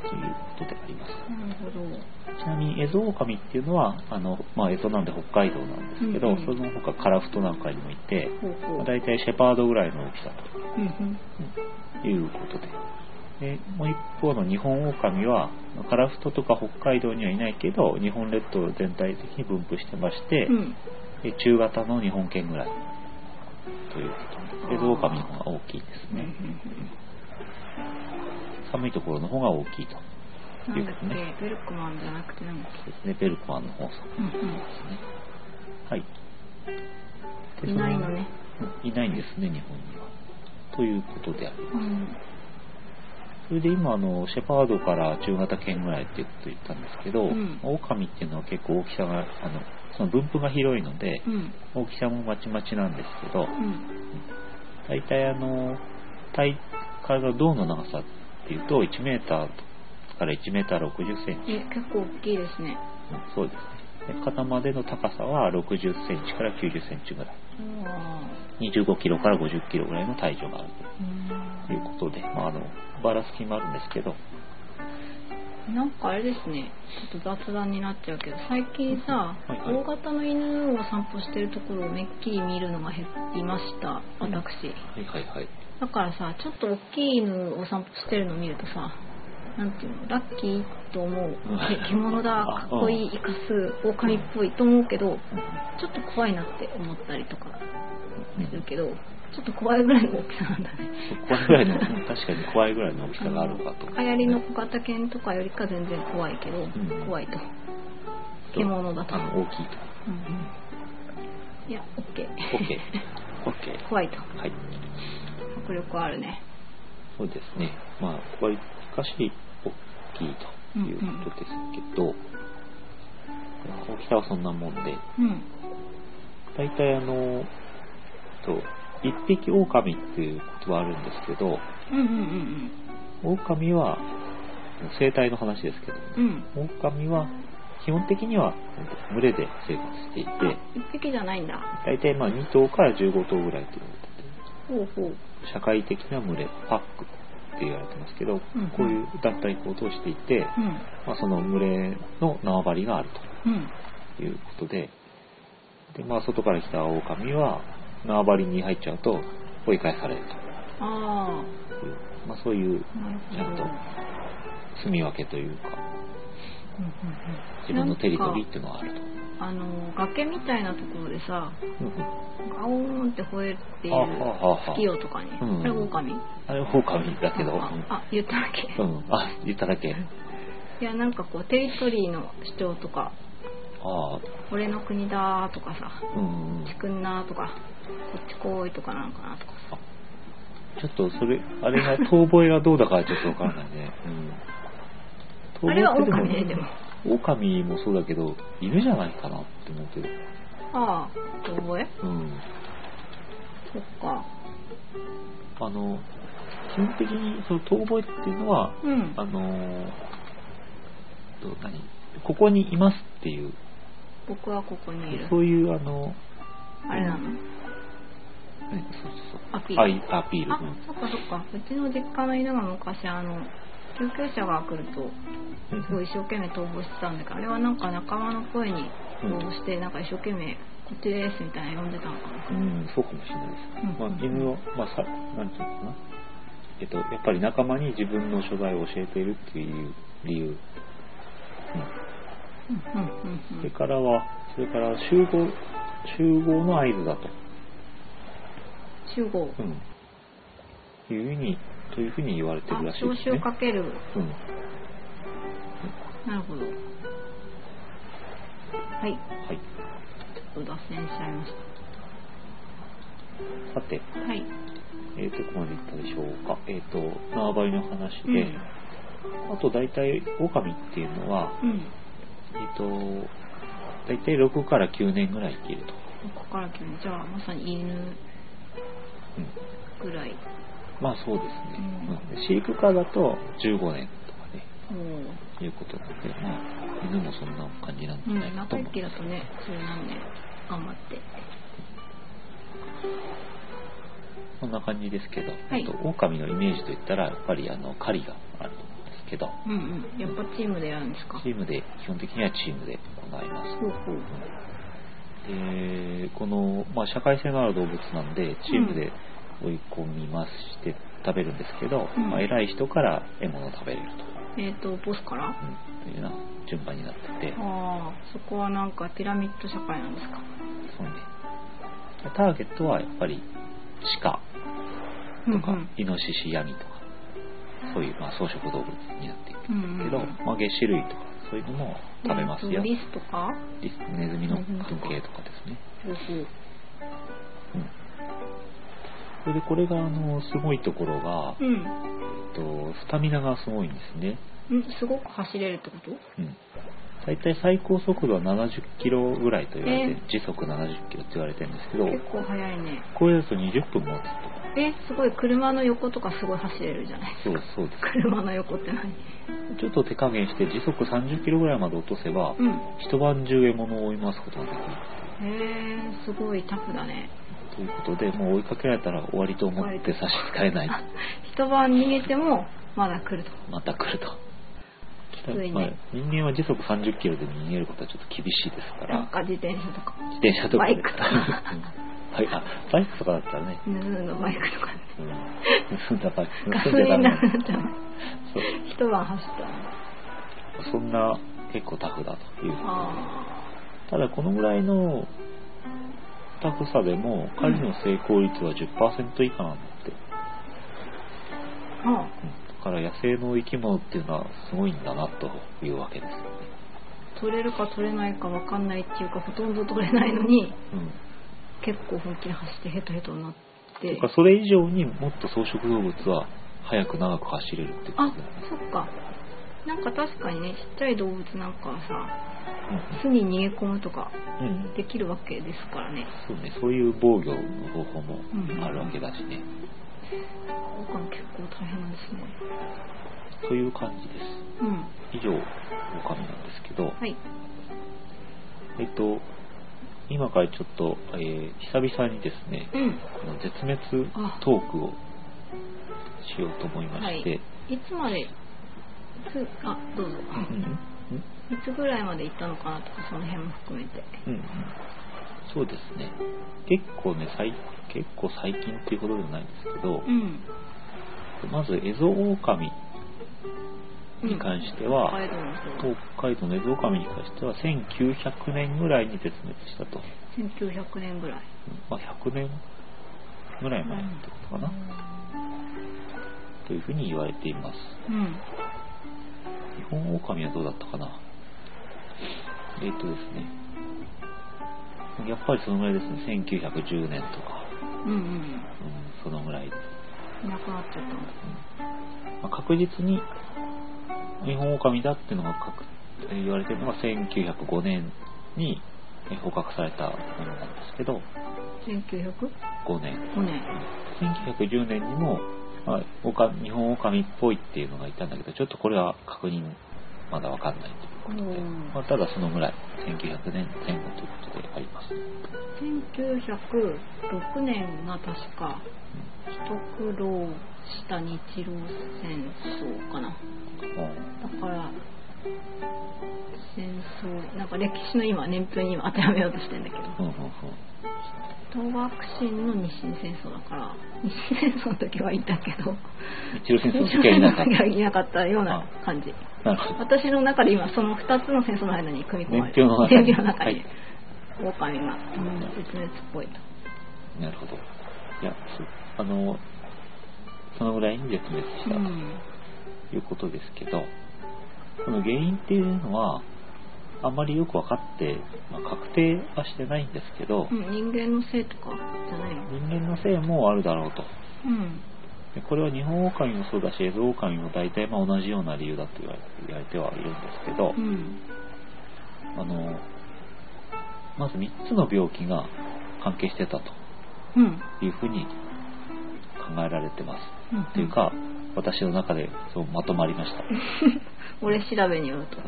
Speaker 1: ということであります
Speaker 2: あ、なるほど。
Speaker 1: ちなみにエゾオオカミっていうのはあの、まあ、エゾなんで北海道なんですけど、
Speaker 2: うんうん
Speaker 1: その他カラフトなんかにもいて、
Speaker 2: ほうほ
Speaker 1: まあ、
Speaker 2: う。
Speaker 1: 大体シェパードぐらいの大きさ
Speaker 2: うんうん。
Speaker 1: ということででもう一方の日本オオカミはカラフトとか北海道にはいないけど日本列島全体的に分布してまして、
Speaker 2: うん。
Speaker 1: え中型の日本犬ぐらいということでエゾオオカミの方が大きいです
Speaker 2: うんう
Speaker 1: ね
Speaker 2: ん
Speaker 1: 寒いところの方が大きいと
Speaker 2: うんなんだっ
Speaker 1: という
Speaker 2: け、ベルクマンじゃなくてなんだっけ。
Speaker 1: ですねベルクマンの法則で
Speaker 2: うんうん
Speaker 1: すねはいで
Speaker 2: いないのね。
Speaker 1: いないんですね、日本には。ということである。
Speaker 2: うん。
Speaker 1: それで今、あの、シェパードから中型犬ぐらいっていうことを言ったんですけど、
Speaker 2: うん
Speaker 1: オオカミっていうのは結構大きさが、あの、その分布が広いので、
Speaker 2: うん。
Speaker 1: 大きさもまちまちなんですけど、
Speaker 2: うん。
Speaker 1: 大体あの、体、体の胴の長さっていうと、1メーターから1メーター60センチ。
Speaker 2: え、結構大きいですね。
Speaker 1: そうですね。で肩までの高さは60センチから90センチぐらい。
Speaker 2: あ
Speaker 1: 25キロから50キロぐらいの体重がある
Speaker 2: あ。
Speaker 1: ということで、まあ、あの、ばらつきもあるんですけど、
Speaker 2: うん。なんかあれですね。ちょっと雑談になっちゃうけど、最近さ、
Speaker 1: はいはい
Speaker 2: 大型の犬を散歩してるところをめっきり見るのが減りました。
Speaker 1: うんは
Speaker 2: 私。
Speaker 1: いはいはい。
Speaker 2: だからさちょっと大きい犬を散歩してるの見るとさなんていうのラッキーと思う
Speaker 1: うん
Speaker 2: え獣だ
Speaker 1: あ
Speaker 2: かっこいい生かす狼っぽいと思うけど
Speaker 1: う
Speaker 2: ちょっと怖いなって思ったりとか
Speaker 1: ん
Speaker 2: するけどちょっと怖いぐらいの大きさなんだね
Speaker 1: 怖いぐら いの、うん確かに怖いぐらいの大きさがあるかと。
Speaker 2: 流行りの小型犬とかよりか全然怖いけど、
Speaker 1: ん
Speaker 2: 怖いと、
Speaker 1: と
Speaker 2: 獣だと
Speaker 1: あの、大きいと。
Speaker 2: うんいや OK
Speaker 1: オッケー。オッケー。
Speaker 2: 怖いと
Speaker 1: はい。
Speaker 2: 迫力あるね
Speaker 1: そうですね。まあ、わりかし大きいということですけど、大きさはそんなもんで、
Speaker 2: うん
Speaker 1: 大体あの、と、一匹狼っていうことはあるんですけど、
Speaker 2: うんうん
Speaker 1: 狼は、生態の話ですけど、
Speaker 2: うんうんうん
Speaker 1: 狼は基本的には群れで生活していて
Speaker 2: あ一匹じゃないんだ
Speaker 1: 大体まあ2頭から15頭ぐらいという
Speaker 2: ほうほう
Speaker 1: 社会的な群れパックって言われてますけど、
Speaker 2: うん
Speaker 1: こういう団体行動をしていて、
Speaker 2: うん
Speaker 1: まあ、その群れの縄張りがある
Speaker 2: うん
Speaker 1: ということでで、まあ、外から来た狼は縄張りに入っちゃうと追い返される
Speaker 2: あ
Speaker 1: という、まあ、そういう
Speaker 2: あ、な
Speaker 1: ち
Speaker 2: るほ
Speaker 1: ゃんと
Speaker 2: ど。
Speaker 1: 住み分けというか
Speaker 2: うんうん
Speaker 1: 自分のテリトリーっていうのがあると。
Speaker 2: うんあの崖みたいなところでさ、
Speaker 1: うんうん
Speaker 2: ガオーンって吠えている
Speaker 1: あはあはあ
Speaker 2: 月夜とかに、
Speaker 1: うん
Speaker 2: あれ狼？
Speaker 1: あれ狼だけど、
Speaker 2: あああ言っただけ。
Speaker 1: うん、あ、言っただけ。
Speaker 2: いやなんかこうテリトリーの主張とか、
Speaker 1: ああ、
Speaker 2: 俺の国だとかさ、
Speaker 1: うん。
Speaker 2: ちくんなとか、こっち来いとかなんかなとかさ。
Speaker 1: ちょっとそれ、あれが、遠吠えがどうだかちょっとわからないね。うん。
Speaker 2: あれは狼
Speaker 1: 遠吠え
Speaker 2: ね
Speaker 1: って
Speaker 2: でも。
Speaker 1: 狼もそうだけど、犬じゃないかなって思うけど。
Speaker 2: ああ、覚え？
Speaker 1: うん。
Speaker 2: そっか。
Speaker 1: あの、基本的に、その遠吠えっていうのは、
Speaker 2: うん。
Speaker 1: あのー、と何ここにいますっていう、
Speaker 2: 僕はここにいる。
Speaker 1: そういう、あの、
Speaker 2: あれなの？
Speaker 1: 何そうそう
Speaker 2: アピ
Speaker 1: そ
Speaker 2: ー
Speaker 1: う。
Speaker 2: ル
Speaker 1: あいアピール。
Speaker 2: あ
Speaker 1: うん、
Speaker 2: そっかそっか。うちの実家の犬が昔あの救急車が来ると
Speaker 1: うん
Speaker 2: すごい一生懸命逃亡してたんだけど、あれはなんか仲間の声に逃亡して、なんか一生懸命こっちですみたいな呼んでたのかな。
Speaker 1: うん、そうかもしれないですね。
Speaker 2: う
Speaker 1: ま
Speaker 2: ん
Speaker 1: あ、犬を、まあ、さ、なんていうのかな。えっと、やっぱり仲間に自分の所在を教えているっていう理由。
Speaker 2: うんうん
Speaker 1: うん、そうれ
Speaker 2: ん
Speaker 1: からは、それから集合、集合の合図だと。
Speaker 2: 集合。
Speaker 1: うん。いうふうに、というふうに言われて
Speaker 2: あ
Speaker 1: るらしい
Speaker 2: 招
Speaker 1: です
Speaker 2: 集
Speaker 1: ね。
Speaker 2: かける。
Speaker 1: うん。
Speaker 2: なるほど。はい。
Speaker 1: はい。
Speaker 2: ちょっと脱線しちゃいまし
Speaker 1: さて、
Speaker 2: た。はい。
Speaker 1: えー、どこまで行ったでしょうか。えっ、と、縄張りの話
Speaker 2: う
Speaker 1: で、
Speaker 2: ん。
Speaker 1: あと大体、狼っていうのは、
Speaker 2: うん。
Speaker 1: えっ、と、大体6から9年ぐらい生きると。
Speaker 2: ここから急にじゃあまさに犬
Speaker 1: うん。
Speaker 2: ぐらい。
Speaker 1: まあそうですね、
Speaker 2: うん
Speaker 1: うん飼育家だと15年とかね
Speaker 2: おー
Speaker 1: いうことなので、まあ、犬もそんな感じなんじ
Speaker 2: う
Speaker 1: ゃない
Speaker 2: ん、
Speaker 1: か
Speaker 2: 長
Speaker 1: と
Speaker 2: 生
Speaker 1: 思い
Speaker 2: き
Speaker 1: ま
Speaker 2: だ
Speaker 1: す。
Speaker 2: とね、それなんで、頑張って。
Speaker 1: こんな感じですけど、
Speaker 2: い
Speaker 1: あと、狼のイメージといったら、やっぱりあの、狩りがあると思うんですけど、
Speaker 2: うんうん。やっぱチームでやるんですか
Speaker 1: チームで、基本的にはチームで行います。
Speaker 2: ほうほう。
Speaker 1: でこの、まあ、社会性のある動物なんでチームで追い込みまして食べるんですけど、
Speaker 2: うん
Speaker 1: まあ、偉い人から獲物を食べれると,、
Speaker 2: えっ、と、ボスから
Speaker 1: うん、というような順番になってて
Speaker 2: ああ、そこはなんかピラミッド社会なんですか
Speaker 1: そう、ね、ターゲットはやっぱり鹿とか、
Speaker 2: うん
Speaker 1: イノシシヤギとかそういう、まあ、草食動物になっていく
Speaker 2: うん。うんう
Speaker 1: け
Speaker 2: ん
Speaker 1: ど、まあ、月種類とかそういうのも食べます
Speaker 2: えー
Speaker 1: よ、
Speaker 2: とリスとか
Speaker 1: リスネズミの関係とかですね、
Speaker 2: ほうほう。
Speaker 1: うん、それでこれがあのすごいところが、
Speaker 2: うん。
Speaker 1: えっとスタミナがすごいんですね、
Speaker 2: んすごく走れるってこと
Speaker 1: うん、大体最高速度は70キロぐらいと言われて、
Speaker 2: え
Speaker 1: 時速70キロって言われてるんですけど
Speaker 2: 結構速いね。
Speaker 1: これだと20分持つと
Speaker 2: え、すごい、車の横とかすごい走れるじゃない
Speaker 1: そうですそうで
Speaker 2: 車の横って何
Speaker 1: すちょっと手加減して時速30キロぐらいまで落とせば、
Speaker 2: うん。
Speaker 1: 一晩中獲物を追い回すことができる
Speaker 2: へえ、すごいタフだね。
Speaker 1: ということでもう追いかけられたら終わりと思って差し支えない と
Speaker 2: 一晩逃げても、まだ来ると。
Speaker 1: また来ると。
Speaker 2: きつい
Speaker 1: まあ
Speaker 2: ね。
Speaker 1: 人間は時速30キロで逃げることはちょっと厳しいですか
Speaker 2: なん
Speaker 1: ら、
Speaker 2: か自転車とか、
Speaker 1: 自転車とかで
Speaker 2: バイクとか
Speaker 1: うんはい、あ、バイクとかだったらね、
Speaker 2: 盗んだバイクとかね。
Speaker 1: うん、盗ん だバイク、
Speaker 2: ガ
Speaker 1: 盗ん
Speaker 2: ソ
Speaker 1: じゃ
Speaker 2: リ
Speaker 1: ダ
Speaker 2: ン
Speaker 1: メ
Speaker 2: なくなっちゃう。
Speaker 1: そう
Speaker 2: 一晩走ったら。
Speaker 1: そんな結構タフだという
Speaker 2: あ
Speaker 1: ただこのぐらいのタフさでも狩りの成功率は10%以下なんだって、
Speaker 2: あ。はあ。
Speaker 1: うんだから野生の生き物っていうのはすごいんだなというわけですよね、
Speaker 2: 取れるか取れないか分かんないっていうか、ほとんど取れないのに、
Speaker 1: うん、
Speaker 2: 結構本気で走ってヘトヘトになって
Speaker 1: と。かそれ以上にもっと草食動物は速く長く走れるっていうこと
Speaker 2: あ
Speaker 1: だよね、
Speaker 2: そっか。なんか確かにね、ちっちゃい動物なんかはさ、
Speaker 1: うん
Speaker 2: 巣に逃げ込むとか
Speaker 1: うん
Speaker 2: できるわけですからね。
Speaker 1: そうね、そういう防御の方法もあるわけだしね、
Speaker 2: 狼結構大変なんですね。
Speaker 1: という感じです
Speaker 2: うん。
Speaker 1: 以上狼なんですけど、
Speaker 2: はい。
Speaker 1: えっと今からちょっと、えー久々にですね
Speaker 2: うん。
Speaker 1: この絶滅トークをしようと思いま
Speaker 2: は
Speaker 1: して、
Speaker 2: い。いつまで、いつ、あ、どうぞ。
Speaker 1: うん
Speaker 2: いつぐらいまで行ったのかなとか、その辺も含めて。
Speaker 1: うんうんそうですね結構ね最結構最近っていうほどではないんですけど、
Speaker 2: うん。
Speaker 1: まずエゾオオカミ
Speaker 2: うん
Speaker 1: に関して
Speaker 2: 北
Speaker 1: は、
Speaker 2: 海道のそう。
Speaker 1: 東海道のエゾオオカミに関しては1900年ぐらいに絶滅したと、
Speaker 2: 1900年ぐらい。
Speaker 1: まあ、100年ぐらい前ってことかな、というふうに言われています
Speaker 2: うん。
Speaker 1: 日本オオカミはどうだったかなえっ、とですねやっぱりそのぐらいですね1910年とか、
Speaker 2: うんうん
Speaker 1: うん、そのぐらいです
Speaker 2: うん。いなくなっちゃったの。
Speaker 1: まあ確実に日本オオカミだっていうのが確言われてるのが1905年にえー捕獲されたものなんですけど
Speaker 2: 1905
Speaker 1: 5年
Speaker 2: 年。
Speaker 1: 1910年にも、まあ、オオカミ日本オオカミっぽいっていうのがいたんだけどちょっとこれは確認まだわかんないということで、
Speaker 2: うん
Speaker 1: まあ、ただそのぐらい1900年前後ということであります
Speaker 2: 1906年が確か、一苦労した日露戦争かな。
Speaker 1: うん
Speaker 2: だから戦争なんか歴史の今年表に今当てはめようとしてんだけど
Speaker 1: うんうんうん
Speaker 2: 東学進の日清戦争だから日清戦争の時はいたけど
Speaker 1: 日露戦争事件になった
Speaker 2: いなかったような感じ
Speaker 1: なるほど
Speaker 2: 私の中で今その2つの戦争の間に組み込まれて
Speaker 1: 年表の中に
Speaker 2: 年表の中に
Speaker 1: は
Speaker 2: 狼がうん絶滅っぽいと
Speaker 1: なるほどいやそうあのそのぐらいに絶滅したと、
Speaker 2: うん
Speaker 1: いうことですけどこの原因っていうのはあんまりよく分かって、まあ確定はしてないんですけど、
Speaker 2: うん人間のせいとかじゃないの
Speaker 1: 人間のせいもあるだろうと
Speaker 2: うん
Speaker 1: でこれは日本オオカミもそうだしエゾオオカミも大体まあ同じような理由だと言われ言われてはいるんですけど
Speaker 2: う、ん
Speaker 1: あのまず3つの病気が関係してたと
Speaker 2: うん
Speaker 1: いうふうに考えられてます。
Speaker 2: うん
Speaker 1: というか、私の中でそうまとまりました。
Speaker 2: 俺調べによると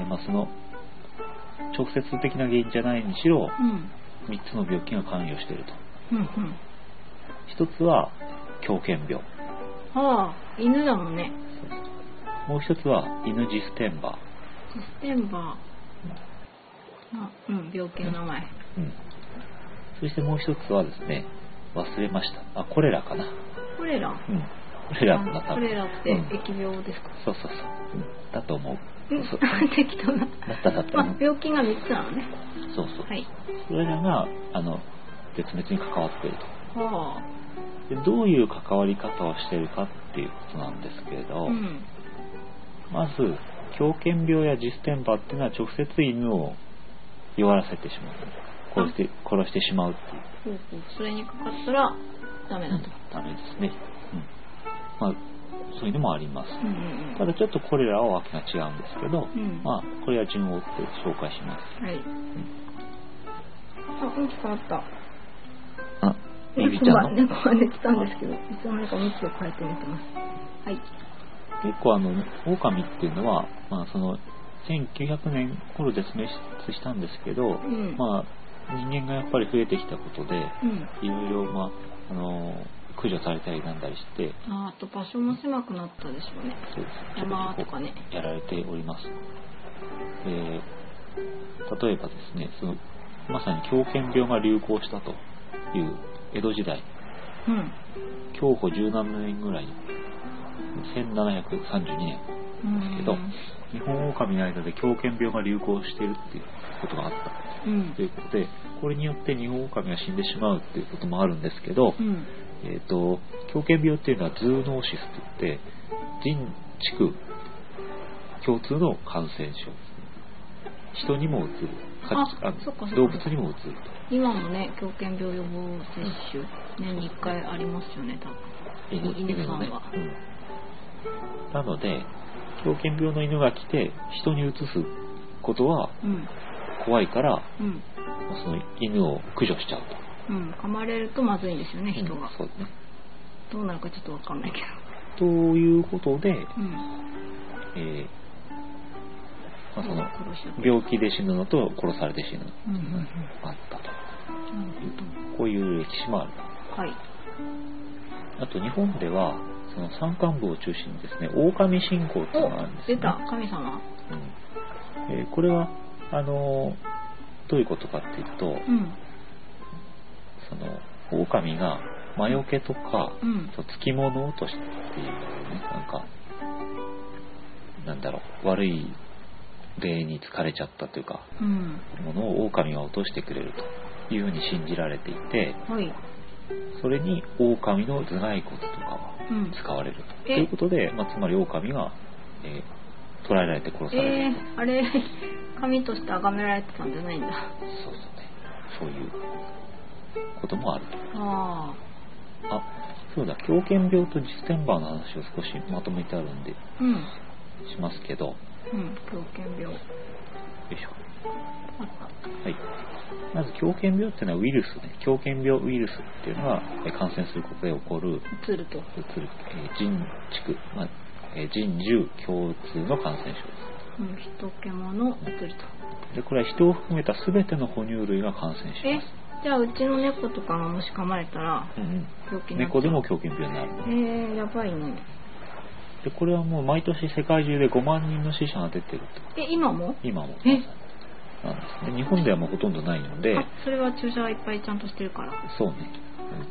Speaker 1: えまあ、その直接的な原因じゃないにしろ
Speaker 2: うん
Speaker 1: 3つの病気が関与している
Speaker 2: うんうん
Speaker 1: と1つは狂犬病
Speaker 2: ああ犬だもんね
Speaker 1: もう1つは犬ジステンバ
Speaker 2: システンバーあうん病気の名前
Speaker 1: ー、うん、そしてもう1つはですね忘れましたあコレラかな、
Speaker 2: コレラ
Speaker 1: うん、コレラかな
Speaker 2: あ
Speaker 1: 多
Speaker 2: コ
Speaker 1: 分
Speaker 2: レラって
Speaker 1: うん
Speaker 2: 疫病ですか、
Speaker 1: そうそうそう、うんだと思う
Speaker 2: う
Speaker 1: そ
Speaker 2: ん
Speaker 1: うそう
Speaker 2: 適当
Speaker 1: だ
Speaker 2: な
Speaker 1: っただった、う
Speaker 2: あ
Speaker 1: ん
Speaker 2: 病気が3つなのね
Speaker 1: そうそう、
Speaker 2: はい
Speaker 1: それらがあの絶滅に関わっていると
Speaker 2: は
Speaker 1: でどういう関わり方をしているかっていうことなんですけれ
Speaker 2: あ
Speaker 1: ど、
Speaker 2: うん
Speaker 1: まず狂犬病やジステンバーっていうのは直接犬を弱らせてしまう殺して殺してしまうっていう
Speaker 2: ほうほうそれにかかったらダメだと
Speaker 1: ダメですね、うんまあ、そういうのもあります、
Speaker 2: うんうん
Speaker 1: ただちょっとこれらは訳が違うんですけど、
Speaker 2: うん
Speaker 1: まあこれは順を追って紹介します
Speaker 2: うんはいあうんき変わった
Speaker 1: あビビち
Speaker 2: 猫
Speaker 1: ゃ
Speaker 2: が
Speaker 1: んの
Speaker 2: 猫が寝てたんですけどいつの間にか向きを変えて寝てますはい
Speaker 1: 結構あの狼っていうのは、まあ、その1900年頃絶滅したんですけど、
Speaker 2: ん
Speaker 1: まあ人間がやっぱり増えてきたことで、
Speaker 2: うん
Speaker 1: いろいろ、まあ、あの駆除されたりなんだりして、
Speaker 2: ああと場所も狭くなったでしょうね
Speaker 1: そうです
Speaker 2: 山とかね
Speaker 1: やられております。えー例えばですね、そのまさに狂犬病が流行したという江戸時代、
Speaker 2: うん
Speaker 1: 享保17年ぐらい、1732年、
Speaker 2: うん
Speaker 1: けど日本狼の間で狂犬病が流行しているっていうことがあった
Speaker 2: うん
Speaker 1: ということで、これによって日本狼が死んでしまうっていうこともあるんですけど、
Speaker 2: うん
Speaker 1: えー、と狂犬病っていうのはズーノーシスといって人地区共通の感染症ですね人にもうつるか
Speaker 2: あ
Speaker 1: あ
Speaker 2: そっかそっか
Speaker 1: 動物にもうつる
Speaker 2: 今もね狂犬病予防接種年に1回ありますよね多分
Speaker 1: と犬
Speaker 2: 犬
Speaker 1: 犬
Speaker 2: さ
Speaker 1: の
Speaker 2: ん
Speaker 1: ね
Speaker 2: は、
Speaker 1: うんなので狂犬病の犬が来て人にうつすことは
Speaker 2: うん
Speaker 1: 怖いから
Speaker 2: うん
Speaker 1: その犬を駆除しちゃうと、
Speaker 2: うん噛まれるとまずいんですよね人
Speaker 1: うん
Speaker 2: が、
Speaker 1: そうですね
Speaker 2: どうなるかちょっとわかんないけ
Speaker 1: と
Speaker 2: ど
Speaker 1: いうことで、
Speaker 2: うん
Speaker 1: えーまあ、その
Speaker 2: 殺しちゃった
Speaker 1: 病気で死ぬのと殺されて死ぬの
Speaker 2: うんうんうん
Speaker 1: あったと
Speaker 2: なる
Speaker 1: こういう歴史もある
Speaker 2: ほどはい
Speaker 1: あと日本ではその山間部を中心にですね狼信仰っていうのがあるんで
Speaker 2: お
Speaker 1: すね
Speaker 2: 出た神様
Speaker 1: うんえーこれはあのーどういうことかっていうと
Speaker 2: うん
Speaker 1: その狼が魔除けとか、
Speaker 2: うん
Speaker 1: そうつきもの落としっていうねなんかなんだろう悪い霊に疲れちゃったというか
Speaker 2: うん
Speaker 1: ものを狼が落としてくれるというふうに信じられていて
Speaker 2: はい
Speaker 1: それに狼の頭蓋骨とかは
Speaker 2: うん
Speaker 1: 使われると
Speaker 2: え
Speaker 1: ということで、まあ、つまり狼が、えー捕らえられて殺され
Speaker 2: え
Speaker 1: る
Speaker 2: ー、あれ 神として崇められてたんじゃないんだ
Speaker 1: と、そうそうねそういうこともあると
Speaker 2: あ
Speaker 1: あそうだ狂犬病とジステンバーの話を少しまとめてあるんで
Speaker 2: あうん
Speaker 1: しますけどよ
Speaker 2: うん狂犬病
Speaker 1: いしょ
Speaker 2: あった
Speaker 1: はい、まず狂犬病っていうのはウイルスね狂犬病ウイルスっていうのがえー感染することで起こる
Speaker 2: 映ると
Speaker 1: うつる、えー人畜、まあえー人獣共通の感染症
Speaker 2: うん人獣映ると
Speaker 1: ですでこれは人を含めた全ての哺乳類が感染し
Speaker 2: え
Speaker 1: ます
Speaker 2: じゃあうちの猫とかがもし噛まれたら
Speaker 1: うん
Speaker 2: 病気
Speaker 1: う
Speaker 2: に
Speaker 1: ん、
Speaker 2: なっち
Speaker 1: 猫
Speaker 2: ゃう
Speaker 1: でも狂犬病になる
Speaker 2: えー、やばいね
Speaker 1: でこれはもう毎年世界中で5万人の死者が出てると
Speaker 2: え今も
Speaker 1: 今も
Speaker 2: え
Speaker 1: なんですね日本ではもうほとんどないので
Speaker 2: あそれは注射はいっぱいちゃんとしてるから
Speaker 1: そうね、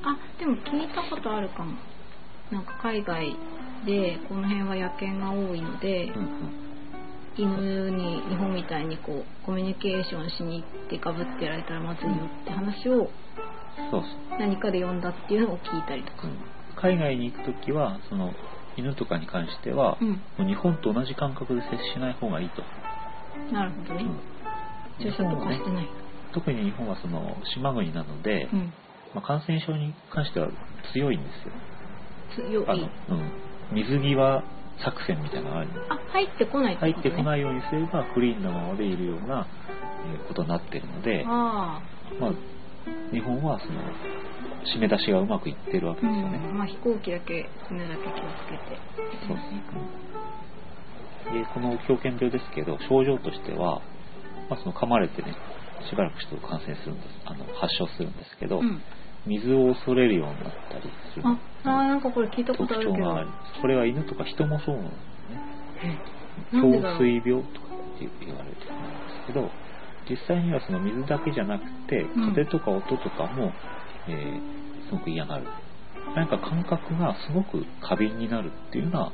Speaker 2: あでも聞いたことあるかもなんか海外でこの辺は野犬が多いので、
Speaker 1: うんうん
Speaker 2: 犬に日本みたいにこうコミュニケーションしに行ってかぶってられたらまずいよって話を
Speaker 1: うん、そうそう
Speaker 2: 何かで読んだっていうのを聞いたりとか
Speaker 1: 海外に行くときはその犬とかに関しては
Speaker 2: う、ん
Speaker 1: もう日本と同じ感覚で接しない方がいいと、
Speaker 2: なるほどね
Speaker 1: うん
Speaker 2: 注射とかしてない
Speaker 1: 特に日本はその島国なので、
Speaker 2: うん
Speaker 1: まあ、感染症に関しては強いんですよ
Speaker 2: 強
Speaker 1: あ
Speaker 2: い
Speaker 1: の、うん、水際作戦みたいなのがある
Speaker 2: あ入ってこない
Speaker 1: 入ってこ
Speaker 2: い
Speaker 1: ないようにすればクリーンなままでいるようなえーことになってるので
Speaker 2: あ
Speaker 1: まあ、日本はその締め出しがうまくいってるわけですよね。
Speaker 2: うんまあ飛行機だけ骨だけ気をつけて
Speaker 1: そうですね。で、この狂犬病ですけど、症状としては、まあ、その噛まれてね、しばらくしてると感染するんです、あの発症するんですけど、
Speaker 2: うん
Speaker 1: 水を恐れるようになったりする
Speaker 2: ああーなんかこれ聞いたこ
Speaker 1: 特
Speaker 2: とある
Speaker 1: 徴
Speaker 2: けど
Speaker 1: があります。これは犬とか人もそうなんですね。
Speaker 2: なんで
Speaker 1: 胸
Speaker 2: だろう
Speaker 1: 水病とかって言われてるんですけど実際にはその水だけじゃなくて
Speaker 2: ん
Speaker 1: 風とか音とかも、えーすごく嫌がるなんか感覚がすごく過敏になるっていうような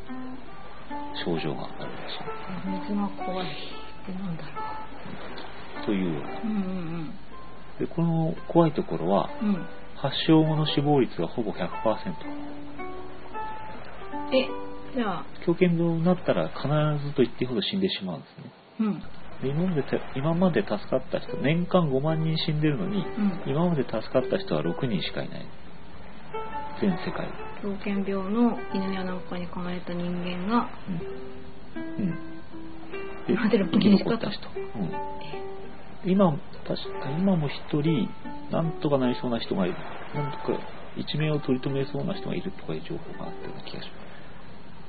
Speaker 1: 症状があるらしい
Speaker 2: 水が怖いってなんだろ
Speaker 1: というような
Speaker 2: ううんうん
Speaker 1: でこの怖いところは
Speaker 2: うんうん
Speaker 1: 発症後の死亡率がほぼ100%
Speaker 2: えじゃあ
Speaker 1: 狂犬病になったら必ずと言っていいほど死んでしまうんですね
Speaker 2: うん
Speaker 1: で今までて今まで助かった人年間5万人死んでるのに
Speaker 2: うん
Speaker 1: 今まで助かった人は6人しかいない全世界で
Speaker 2: 狂犬病の犬やなんかに噛まれた人間が
Speaker 1: うんうんで
Speaker 2: 今まで6
Speaker 1: 生き残った人、うん、今確か今も1人なんとかなりそうな人がいるなんとか一命を取り留めそうな人がいるとかいう情報があったような気がします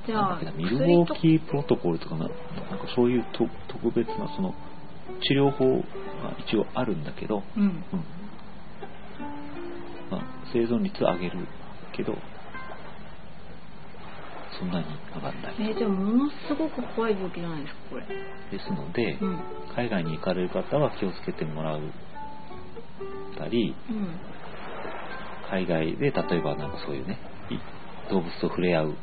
Speaker 2: じゃ
Speaker 1: なんだ
Speaker 2: あ
Speaker 1: っけなミルウォ
Speaker 2: 薬と
Speaker 1: ーキープロトコルとかななんかそういうと特別なその治療法が一応あるんだけど、
Speaker 2: うん
Speaker 1: うんまあ、生存率は上げるけどそんなに上がらない
Speaker 2: えじゃあものすごく怖い病気じゃないですかこれ
Speaker 1: ですので、
Speaker 2: うん
Speaker 1: 海外に行かれる方は気をつけてもらうたり
Speaker 2: うん
Speaker 1: 海外で例えばなんかそういうねい動物と触れ合う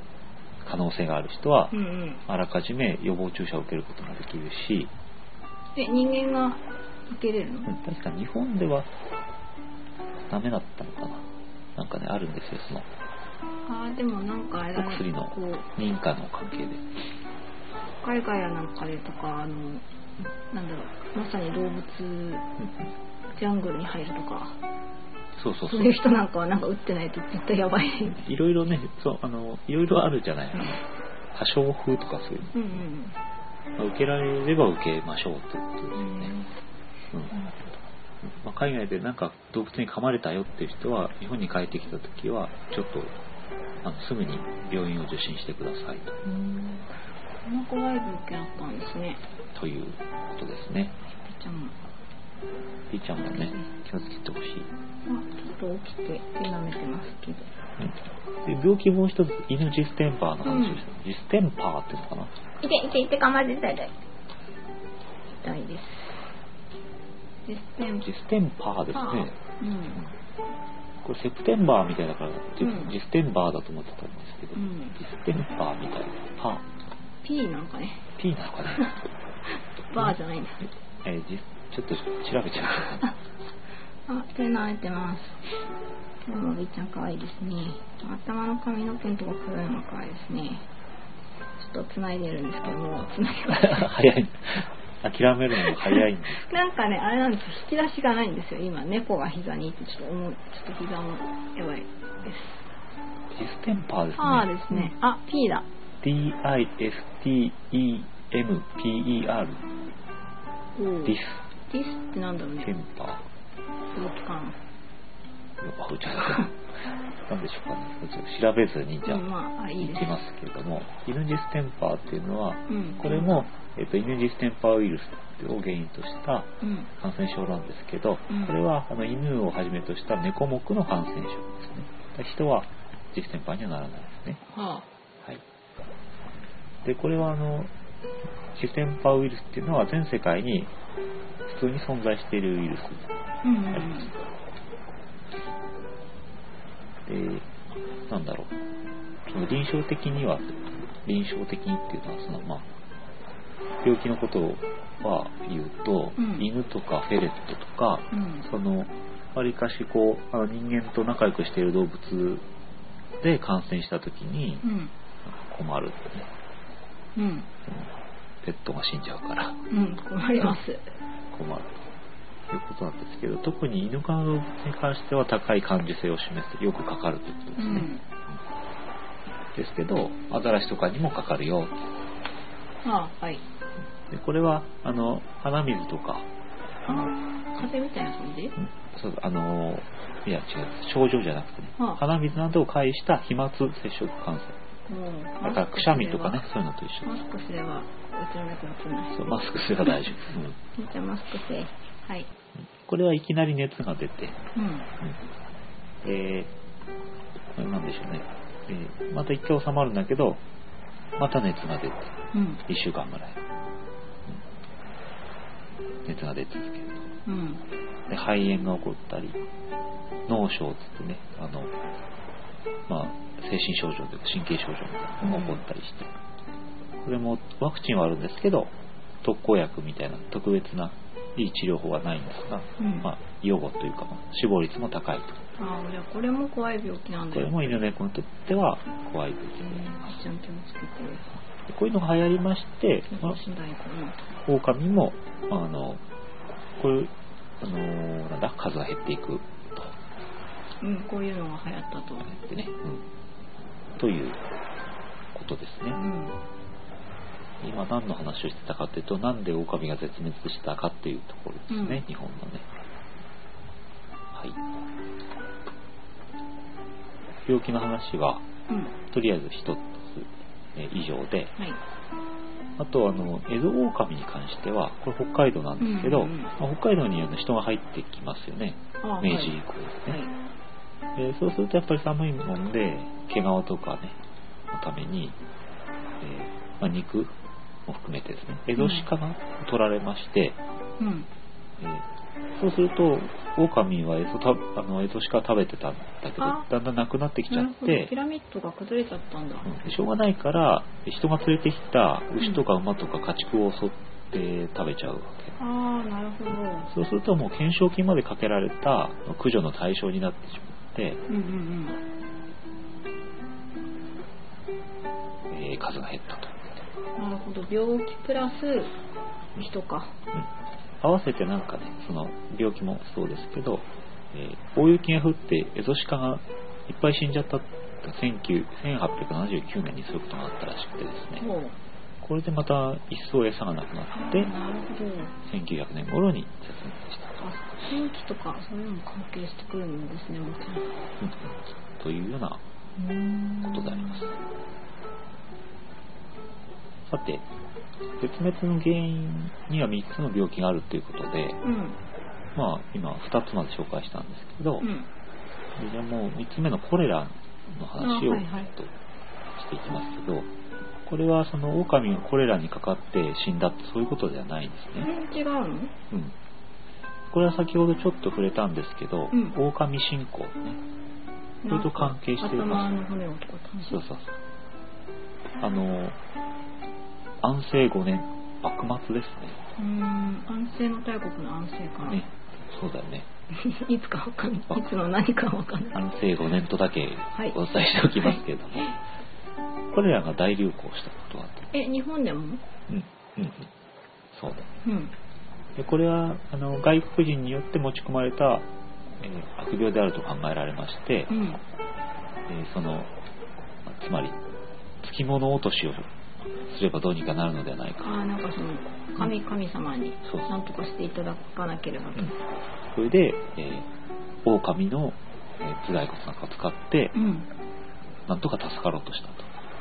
Speaker 1: 可能性がある人は、
Speaker 2: うんうん
Speaker 1: あらかじめ予防注射を受けることができるし、
Speaker 2: え人間が受けれるの
Speaker 1: うん確か日本ではダメだったのかななんかねあるんですよその
Speaker 2: あーでもなんかあれだ
Speaker 1: お薬
Speaker 2: ね
Speaker 1: の
Speaker 2: こう
Speaker 1: 認可の関係で
Speaker 2: 海外やなんかでとかあのなんだろうまさに動物ジャングルに入るとか
Speaker 1: そうそうそ
Speaker 2: そう
Speaker 1: う
Speaker 2: いう人なんかはなんか打ってないと絶対やばい
Speaker 1: いろいろねそうあのいろいろあるじゃない破傷風とかそういう
Speaker 2: うんうん
Speaker 1: の受けられれば受けましょうってことです
Speaker 2: う
Speaker 1: よ
Speaker 2: ん
Speaker 1: ね、うんまあ、海外でなんか動物に噛まれたよっていう人は日本に帰ってきた時はちょっとあのすぐに病院を受診してくださいと
Speaker 2: うんこんな怖い病気だったんですね
Speaker 1: ということですね
Speaker 2: ピッちゃんも
Speaker 1: ピーちゃんもね気をつけてほしい
Speaker 2: あちょっと起きて手舐めてますけど
Speaker 1: で病気もう一つ犬ジステンパーの話をした、ジステンパーっていうのかな
Speaker 2: 痛い痛い痛い噛まれてた痛い痛いですジステン
Speaker 1: ジステンパーです
Speaker 2: パー
Speaker 1: ね
Speaker 2: うん
Speaker 1: これセプテンバーみたいだからジ,、
Speaker 2: うん
Speaker 1: ジステンバーだと思ってたんですけど、
Speaker 2: うん
Speaker 1: ジステンパーみたいなパー
Speaker 2: P なんかね
Speaker 1: P なのかね、
Speaker 2: バーじゃないんだ
Speaker 1: えージちょっと調べちゃう
Speaker 2: あ、手舐めてます。今日もりーちゃん可愛いですね。頭の髪の毛のとこ黒いの可愛いですね。ちょっと繋いでるんですけど、もう繋げます。
Speaker 1: 早い諦めるのが早いんで
Speaker 2: なんかね、あれなんですよ。引き出しがないんですよ。今、猫が膝にいて、ちょっと重い、ちょっと膝もやばいです。
Speaker 1: ジステンパーですね
Speaker 2: パーですね。あ、P だ。
Speaker 1: DISTEMPER
Speaker 2: おー
Speaker 1: ディ
Speaker 2: ディスってなんだろう
Speaker 1: ス
Speaker 2: ね
Speaker 1: テ。ンパ ー
Speaker 2: 動き感。
Speaker 1: あ、ちゃった。なんでしょうかね。ちょっと調べずに、じゃ
Speaker 2: うん、
Speaker 1: あ、
Speaker 2: まあ、あいい
Speaker 1: い
Speaker 2: です
Speaker 1: き。ますけれども、犬ジステンパーっていうのは、
Speaker 2: うん。
Speaker 1: これも、えっと、犬ジステンパーウイルスを原因とした
Speaker 2: うん。
Speaker 1: 感染症なんですけど
Speaker 2: うん、
Speaker 1: これは、あの、犬をはじめとした猫目の感染症ですね。だから人はジステンパーにはならないですね。
Speaker 2: はあ。
Speaker 1: はい。で、これは、あの、ジステンパーウイルスっていうのは全世界に普通に存在しているウイルス
Speaker 2: うんうんうん。
Speaker 1: で、なんだろう、その臨床的には、臨床的にっていうのは、そのまあ、病気のことは言うと、
Speaker 2: うん
Speaker 1: 犬とかフェレットとか、
Speaker 2: うん。
Speaker 1: その、わりかしこう、あの人間と仲良くしている動物で感染した時に
Speaker 2: うん。
Speaker 1: 困るってね、
Speaker 2: うん。
Speaker 1: ペットが死んじゃうから
Speaker 2: うん。困ります。
Speaker 1: 困るということなんですけど、特に犬科の動物に関しては高い感受性を示す、よくかかるということですね。
Speaker 2: うん。
Speaker 1: ですけどアザラシとかにもかかるよ
Speaker 2: あ、はい。
Speaker 1: でこれはあの鼻水とかあの
Speaker 2: 風邪みたいな感じ
Speaker 1: そうあのいや違う症状じゃなくてね、
Speaker 2: はあ
Speaker 1: 鼻水などを介した飛沫接触感染
Speaker 2: もう
Speaker 1: だからくしゃみとかねそういうのと一緒
Speaker 2: マスクすればうちの猫映んない
Speaker 1: そうマスクすれば大丈夫、うん
Speaker 2: じゃあマスクせはい
Speaker 1: これはいきなり熱が出て、
Speaker 2: うん
Speaker 1: うんえーこれなんでしょうね、えーまた一回収まるんだけどまた熱が出て
Speaker 2: うん
Speaker 1: 1週間ぐらい、うん熱が出続ける
Speaker 2: うん
Speaker 1: で肺炎が起こったり脳症って言ってねあの、まあ、精神症状というか神経症状みたいなのが起こったりして、これもワクチンはあるんですけど特効薬みたいな特別ないい治療法はないんですが、
Speaker 2: うん
Speaker 1: まあ、予後というか、まあ死亡率も高いと
Speaker 2: ああじゃあこれも怖い病気なんだ
Speaker 1: これ
Speaker 2: よ
Speaker 1: も犬猫にとっては怖い病気
Speaker 2: え
Speaker 1: で
Speaker 2: ー、ちゃん気をつけてる
Speaker 1: でこういうのが流行りまして、まあ
Speaker 2: 私大かな
Speaker 1: 狼もあのこういうあのなんだ数が減っていくと
Speaker 2: うんこういうのが流行ったと
Speaker 1: ってね、ということです
Speaker 2: う
Speaker 1: ね
Speaker 2: ん
Speaker 1: 今何の話をしてたかっていうとなんで狼が絶滅したかっていうところですね、
Speaker 2: うん
Speaker 1: 日本のねはい病気の話は
Speaker 2: うん
Speaker 1: とりあえず一つ、えー以上で
Speaker 2: はい
Speaker 1: あとあのエゾオオカミに関してはこれ北海道なんですけど、
Speaker 2: うんうん
Speaker 1: まあ北海道にあの人が入ってきますよね
Speaker 2: ああ
Speaker 1: 明治以
Speaker 2: は
Speaker 1: 降です
Speaker 2: い、
Speaker 1: ね、
Speaker 2: はい、
Speaker 1: えーそうするとやっぱり寒いもんで毛皮とかねのために、えーまあ、肉も含めてですねエゾシカが取られまして、
Speaker 2: うん
Speaker 1: えーそうするとオオカミはエゾたあのエゾシカ食べてたんだけど
Speaker 2: あ
Speaker 1: だんだんなくなってきちゃ
Speaker 2: なる
Speaker 1: っ
Speaker 2: ほど
Speaker 1: て
Speaker 2: ピ、ラミッドが崩れちゃったんだ、
Speaker 1: うんしょうがないから人が連れてきた牛とか馬とか家畜を襲って食べちゃうわけ。
Speaker 2: ああなるほど
Speaker 1: そうするともう懸賞金までかけられた駆除の対象になってしまって、
Speaker 2: うんうん
Speaker 1: えー数が減ったと。
Speaker 2: うんなるほど病気プラス人か
Speaker 1: 合わせてなんかねその病気もそうですけど、えー大雪が降ってエゾシカがいっぱい死んじゃったって19 1879年にそういうことがあったらしくてですね
Speaker 2: ほう
Speaker 1: これでまた一層餌がなくなって
Speaker 2: なるほど
Speaker 1: 1900年頃に絶滅した
Speaker 2: あ天気とかそういうのも関係してくるんですねもち
Speaker 1: うんというような
Speaker 2: ろん
Speaker 1: ことでありますさて絶滅の原因には3つの病気があるということで
Speaker 2: うん
Speaker 1: まあ今2つまで紹介したんですけど、
Speaker 2: うん
Speaker 1: じゃあもう3つ目のコレラの話を
Speaker 2: あ
Speaker 1: ちょ
Speaker 2: はいはい
Speaker 1: っとしていきますけど、これはその狼がコレラにかかって死んだってそういうことではないんですね。
Speaker 2: え違うの
Speaker 1: うん。これは先ほどちょっと触れたんですけど、
Speaker 2: うん
Speaker 1: 狼信仰ね。それと関係しています
Speaker 2: 頭の骨をとか楽しい
Speaker 1: そうそうそう。あの、安政5年、幕末です
Speaker 2: うーん安政の大国の安政か、
Speaker 1: ね。ね。そうだよね。
Speaker 2: いつかわかんないいつの何かわかんない
Speaker 1: 安政5年とだけ
Speaker 2: い
Speaker 1: お伝えしておきますけれども、コレラが大流行したことはあった
Speaker 2: え日本でも
Speaker 1: うんうんうんそうだ
Speaker 2: うん
Speaker 1: でこれはあの外国人によって持ち込まれた、えー悪病であると考えられまして、
Speaker 2: う
Speaker 1: え
Speaker 2: ん
Speaker 1: ーそのつまりつきもの落としをすればどうにかなるのではない
Speaker 2: あ
Speaker 1: か、
Speaker 2: ーなんかその神神様に
Speaker 1: そうそう
Speaker 2: 何とかしていただかなければと
Speaker 1: うん、それで、えー、狼の、えー頭蓋骨なんかを使って
Speaker 2: うん
Speaker 1: なんとか助かろうとしたと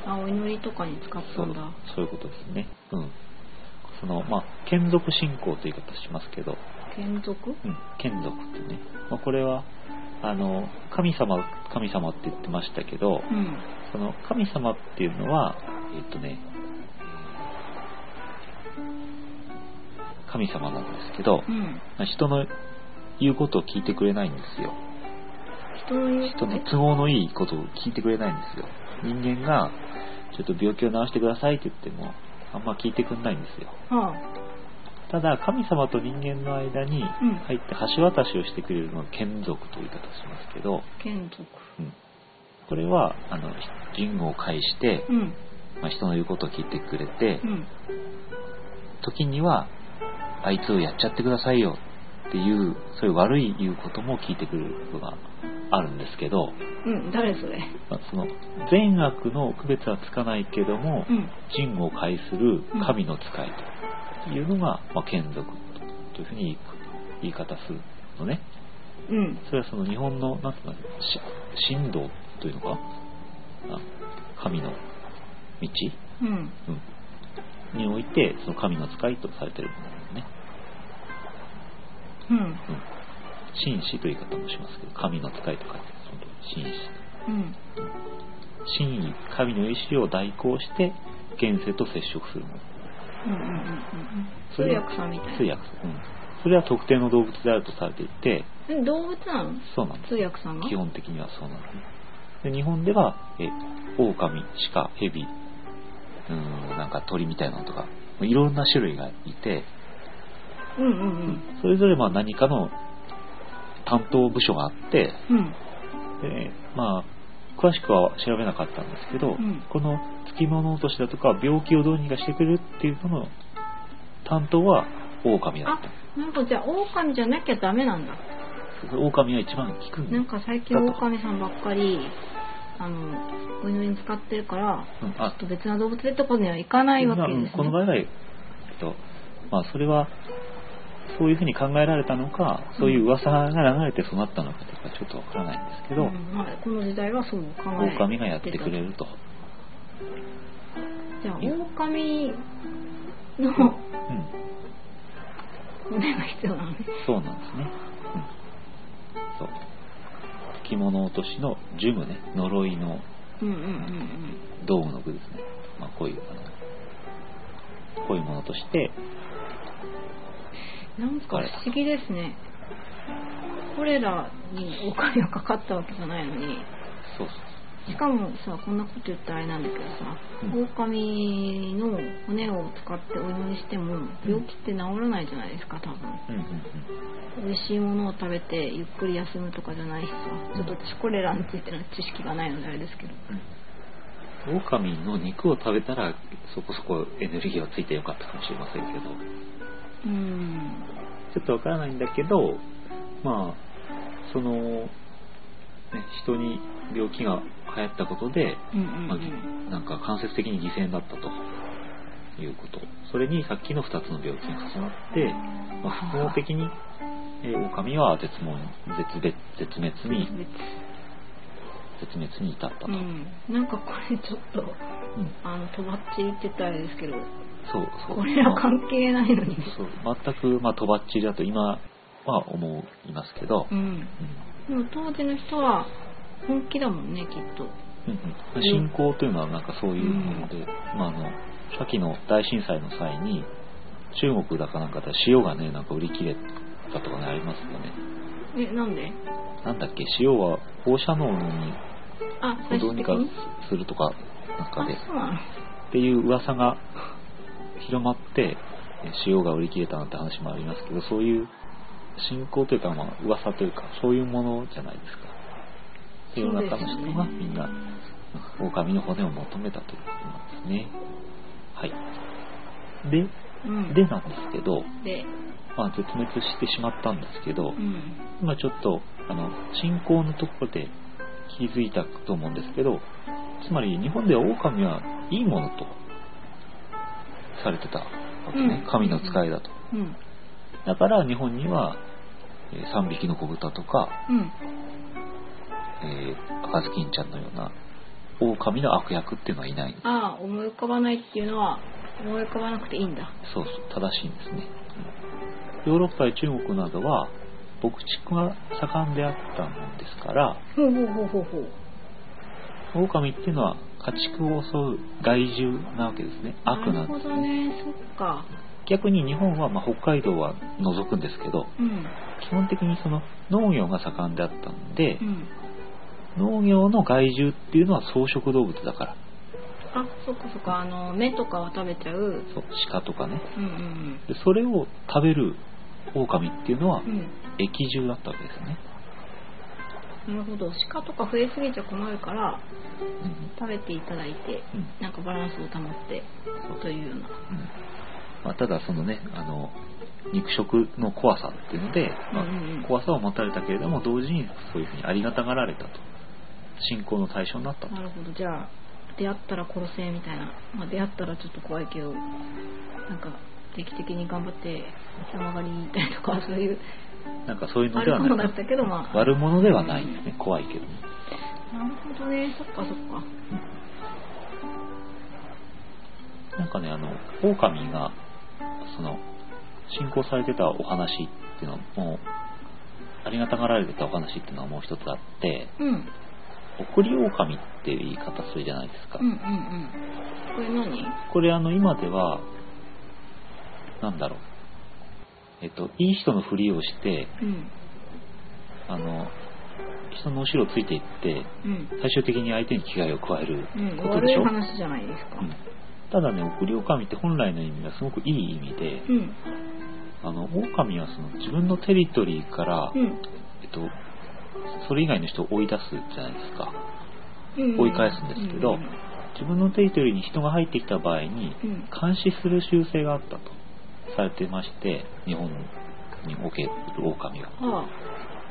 Speaker 2: あお祈りとかに使っ
Speaker 1: そ
Speaker 2: た
Speaker 1: うん
Speaker 2: だ
Speaker 1: そういうことですねうんそのまあ眷属信仰という言い方しますけど
Speaker 2: 眷属
Speaker 1: うん、眷属ってね、まあ、これはあの神様神様って言ってましたけど
Speaker 2: うん
Speaker 1: その神様っていうのはえっとねえー神様なんですけど
Speaker 2: う、ん
Speaker 1: まあ人の言うことを聞いてくれないんですよ
Speaker 2: 人の言う
Speaker 1: 人の都合のいいことを聞いてくれないんですよ人間がちょっと病気を治してくださいって言ってもあんま聞いてくれないんですよ
Speaker 2: はあ
Speaker 1: ただ神様と人間の間に
Speaker 2: うん
Speaker 1: 入って橋渡しをしてくれるのを眷属という言い方をしますけど、
Speaker 2: 眷属
Speaker 1: うんこれはあの人を介して、
Speaker 2: うん
Speaker 1: まあ、人の言うことを聞いてくれて、
Speaker 2: うん
Speaker 1: 時にはあいつをやっちゃってくださいよっていうそういう悪い言うことも聞いてくれることがあるんですけど、
Speaker 2: うん誰それ
Speaker 1: まあその善悪の区別はつかないけども、
Speaker 2: うん
Speaker 1: 人を介する神の使いというのが、まあ、眷属というふうに言い方するのね。
Speaker 2: うん
Speaker 1: それはその日本の、なんていうの、し神道というのかあ神の道、
Speaker 2: うん
Speaker 1: うん、において、その神の使いとされてるものだよね。
Speaker 2: うん
Speaker 1: うん。神師という言い方もしますけど、神の使いと書いてます、本当に神師。
Speaker 2: うん
Speaker 1: 真意、神の意志を代行して、現世と接触するもの。
Speaker 2: うんうんうんうん
Speaker 1: そ
Speaker 2: 通
Speaker 1: れ
Speaker 2: 訳さんみたい
Speaker 1: 通
Speaker 2: な
Speaker 1: 訳。うん。それは特定の動物であるとされていて、
Speaker 2: え動物なの
Speaker 1: そうなんです
Speaker 2: 通訳さんが
Speaker 1: 基本的にはそうなんですねで日本ではえ狼鹿蛇うーんなんか鳥みたいなのとかいろんな種類がいて、
Speaker 2: うんうん
Speaker 1: それぞれまあ何かの担当部署があって
Speaker 2: うんうん
Speaker 1: でまあ詳しくは調べなかったんですけど、
Speaker 2: ん
Speaker 1: この付き物落としだとか病気をどうにかしてくれるっていうのの担当は狼だ
Speaker 2: あ
Speaker 1: った
Speaker 2: なんかじゃあ狼じゃなきゃダメなんだ
Speaker 1: 狼が一番効くんで
Speaker 2: なんか最近狼さんばっかりあのお祈りに使ってるから
Speaker 1: うんあ
Speaker 2: ちょっと別な動物でってことにはいかないわけですね
Speaker 1: まあこの場合は、えっとまあ、それはそういうふうに考えられたのかそういう噂が流れてそうなったのかとかちょっとわからないんですけど、
Speaker 2: うんまあこの時代はそう考え
Speaker 1: 狼がやってくれると
Speaker 2: じゃあ狼
Speaker 1: う
Speaker 2: の
Speaker 1: ん、
Speaker 2: 骨が必要なのね
Speaker 1: そうなんですね、うん、そう着物落としの呪具ね呪いの
Speaker 2: うんうんうん
Speaker 1: 道具の具ですね、まあ、こういうあのこういうものとして
Speaker 2: うんなんか不思議ですねこれらにお金がかかったわけじゃないのに
Speaker 1: そうそう
Speaker 2: しかもさこんなこと言ったらあれなんだけどさ、
Speaker 1: うん
Speaker 2: 狼の骨を使ってお祈りしても病気って治らないじゃないですか多分
Speaker 1: うんうんうん
Speaker 2: 美味しいものを食べてゆっくり休むとかじゃないしさちょっと私これらについての知識がないのであれですけど
Speaker 1: 狼の肉を食べたらそこそこエネルギーはついてよかったかもしれませんけど
Speaker 2: うん
Speaker 1: ちょっとわからないんだけどまあその、ね、人に病気が流行ったことで、
Speaker 2: うんうんうん
Speaker 1: まあぎなんか間接的に犠牲になったということそれにさっきの2つの病気が重なって、まあ、複合的に、えー、狼は絶滅絶絶滅に絶滅に至ったと、
Speaker 2: う
Speaker 1: うん
Speaker 2: んなんかこれちょっとあのとばっちりって言ったらあれですけど
Speaker 1: そうそう
Speaker 2: これら関係ないのに
Speaker 1: そう全く、まあ、とばっちりだと今は思いますけど、
Speaker 2: うんでも当時の人は本気だもんねきっと
Speaker 1: うんうん、信仰というのはなんかそういうもので、まあ、あのさっきの大震災の際に中国だかなんかで塩がねなんか売り切れたとかねありますよね
Speaker 2: えなんで
Speaker 1: なんだっけ塩は放射能に
Speaker 2: あ最
Speaker 1: どう
Speaker 2: 終
Speaker 1: に
Speaker 2: 的
Speaker 1: か
Speaker 2: に
Speaker 1: するとかなんか
Speaker 2: あ
Speaker 1: で
Speaker 2: そうなの
Speaker 1: っていう噂が広まってえ塩が売り切れたなんて話もありますけどそういう信仰というかまあ噂というかそういうものじゃないですか世の中の人がみんな狼の骨を求めたということなんですねはいで
Speaker 2: うん
Speaker 1: でなんですけど、
Speaker 2: で
Speaker 1: まあ、絶滅してしまったんですけど
Speaker 2: うん
Speaker 1: 今ちょっとあの信仰のところで気づいたと思うんですけどつまり日本では狼はいいものとされてたわけね、
Speaker 2: うん
Speaker 1: 神の使いだと
Speaker 2: うん
Speaker 1: だから日本には、えー3匹の子豚とか、
Speaker 2: うん
Speaker 1: えー赤ずきんちゃんのような狼の悪役っていうのはいない
Speaker 2: ああ思い浮かばないっていうのは思い浮かばなくていいんだ
Speaker 1: そうそう正しいんですね、うんヨーロッパや中国などは牧畜が盛んであったもんですから、
Speaker 2: ほうほうほうほうほう
Speaker 1: 狼っていうのは家畜を襲う害獣なわけですね悪なん
Speaker 2: る
Speaker 1: で
Speaker 2: ほ
Speaker 1: す
Speaker 2: ど
Speaker 1: ね
Speaker 2: ねそっか
Speaker 1: 逆に日本は、まあ、北海道は除くんですけど
Speaker 2: うん
Speaker 1: 基本的にその農業が盛んであったんで
Speaker 2: う、ん
Speaker 1: 農業の害獣っていうのは草食動物だから
Speaker 2: あそっかそっかあの目とかは食べちゃう
Speaker 1: そう鹿とかね
Speaker 2: うんうん
Speaker 1: でそれを食べる狼っていうのは
Speaker 2: うんうん
Speaker 1: 液獣だったわけですね、
Speaker 2: なるほど鹿とか増えすぎちゃ困るから
Speaker 1: うん
Speaker 2: 食べていただいて
Speaker 1: うん
Speaker 2: なんかバランスを保って
Speaker 1: そう
Speaker 2: というような
Speaker 1: うんまあ、ただそのねあの肉食の怖さっていうので、まあ
Speaker 2: うんうんうん
Speaker 1: 怖さを持たれたけれども同時にそういうふうにありがたがられたと信仰の対象になったと
Speaker 2: なるほどじゃあ出会ったら殺せみたいな、まあ、出会ったらちょっと怖いけどなんか定期的に頑張って山狩りに行ったりとか そういう
Speaker 1: なんかそういうの
Speaker 2: あ
Speaker 1: で
Speaker 2: る
Speaker 1: は
Speaker 2: ものだ
Speaker 1: な
Speaker 2: っ
Speaker 1: く
Speaker 2: たけどまあ
Speaker 1: 悪者ではないですね怖いけど
Speaker 2: なるほどねそっかそっか
Speaker 1: なんかねあの狼がその信仰されてたお話っていうのもありがたがられてたお話っていうのはもう一つあって
Speaker 2: うんうん
Speaker 1: 送り狼っていう言い方するじゃないですか、
Speaker 2: うんうんこれ何
Speaker 1: これあの今ではなんだろうえっといい人のふりをして
Speaker 2: うん
Speaker 1: あの人の後ろをついていって
Speaker 2: うん
Speaker 1: 最終的に相手に危害を加える
Speaker 2: うん
Speaker 1: ことで
Speaker 2: 悪
Speaker 1: し
Speaker 2: い
Speaker 1: ょ、
Speaker 2: 話じゃないですか
Speaker 1: うんただね送り狼って本来の意味がすごくいい意味で
Speaker 2: うん
Speaker 1: あの狼はその自分のテリトリーから、
Speaker 2: うん
Speaker 1: えっと、それ以外の人を追い出すじゃないですか
Speaker 2: うん
Speaker 1: 追い返すんですけど
Speaker 2: う
Speaker 1: 自分のテリトリーに人が入ってきた場合に
Speaker 2: んうん
Speaker 1: 監視する習性があったとされてまして日本における狼が
Speaker 2: あ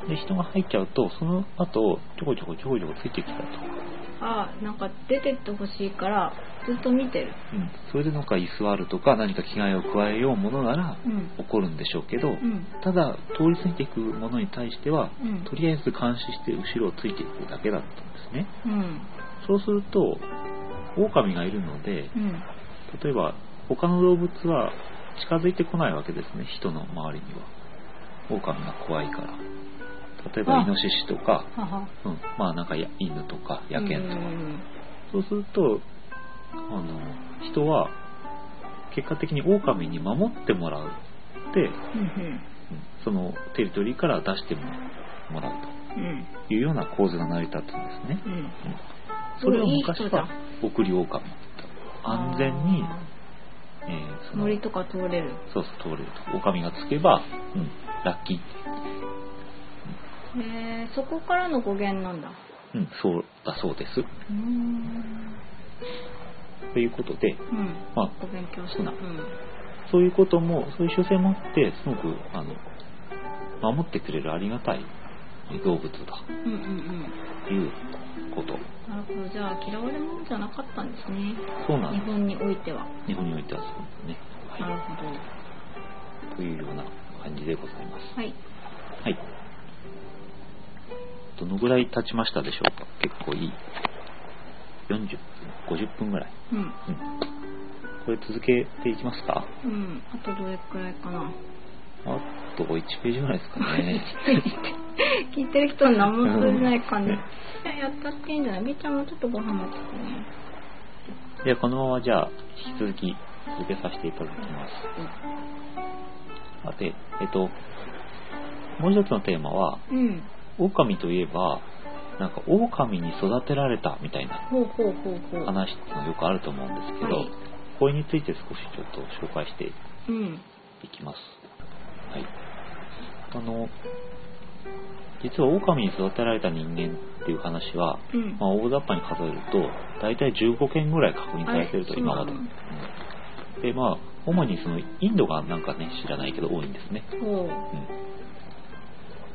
Speaker 1: で人が入っちゃうとその後ちょこちょこちょこちょこついてきたと、
Speaker 2: ああなんか出てってほしいからずっと見てる
Speaker 1: うん、それでなんか居座るとか何か危害を加えようものなら
Speaker 2: うん
Speaker 1: 起こるんでしょうけど、
Speaker 2: うん
Speaker 1: ただ通り過ぎていくものに対しては
Speaker 2: うん
Speaker 1: とりあえず監視して後ろをついていくだけだったんですね
Speaker 2: うん
Speaker 1: そうすると狼がいるので
Speaker 2: うん
Speaker 1: 例えば他の動物は近づいてこないわけですね人の周りには狼が怖いから例えば
Speaker 2: あ
Speaker 1: イノシシとか、
Speaker 2: はは
Speaker 1: うん、まあなんかや犬とか野犬とか、
Speaker 2: うん
Speaker 1: そうするとあの人は結果的に狼に守ってもらうで、うん
Speaker 2: うん
Speaker 1: そのテリトリーから出してもらう
Speaker 2: うん
Speaker 1: というような構図が成り立つんですね、
Speaker 2: うんうん
Speaker 1: うん
Speaker 2: す
Speaker 1: そ
Speaker 2: ご
Speaker 1: れ
Speaker 2: い
Speaker 1: を
Speaker 2: いい
Speaker 1: 昔
Speaker 2: 人じゃ
Speaker 1: は
Speaker 2: ん
Speaker 1: 送り狼って言った安全に、
Speaker 2: あ
Speaker 1: えー
Speaker 2: ー
Speaker 1: その
Speaker 2: 森とか通れる
Speaker 1: そうそう通れると狼がつけば、うん、ラッキー、
Speaker 2: へえそこからの語源なんだ
Speaker 1: うん、そうだそうです
Speaker 2: うーん
Speaker 1: ということで、
Speaker 2: うん
Speaker 1: まあ、
Speaker 2: ご勉強した
Speaker 1: う
Speaker 2: うん
Speaker 1: そういうこともそういう習性もあってすごくあの守ってくれるありがたい動物だ
Speaker 2: うんうんうん
Speaker 1: ということ
Speaker 2: なるほどじゃあ嫌われ者じゃなかったんですね
Speaker 1: そうなん
Speaker 2: 日
Speaker 1: です
Speaker 2: 本においては
Speaker 1: 日本においてはそうですね、
Speaker 2: なる
Speaker 1: は
Speaker 2: ほど
Speaker 1: い、というような感じでございます
Speaker 2: はい
Speaker 1: はい。どのぐらい経ちましたでしょうか結構いい。40分、50分ぐらい。
Speaker 2: うん
Speaker 1: うん。これ続けていきますか
Speaker 2: うんあとどれくらいかな
Speaker 1: あと1ページぐらいですか ね。
Speaker 2: 聞いてる人に何も通じない感じ、いややったっていいんじゃないみーちゃんもちょっとご飯持ってきてね
Speaker 1: ではこのままじゃあ、引き続き続けさせていただきます。さて、えっと、もう一つのテーマは、
Speaker 2: うん
Speaker 1: 狼といえば、なんか狼に育てられたみたいな
Speaker 2: ほうほうほうほう
Speaker 1: 話っていうのがよくあると思うんですけど、
Speaker 2: はい
Speaker 1: これについて少しちょっと紹介して
Speaker 2: うん
Speaker 1: いきます。はい。あの、実は狼に育てられた人間っていう話は、
Speaker 2: うん
Speaker 1: まあ、大雑把に数えると、大体15件ぐらい確認されてると、
Speaker 2: あれ
Speaker 1: 今まで。
Speaker 2: そうな
Speaker 1: うんで、まあ、主にその、インドがなんかね、知らないけど多いんですね。
Speaker 2: ほ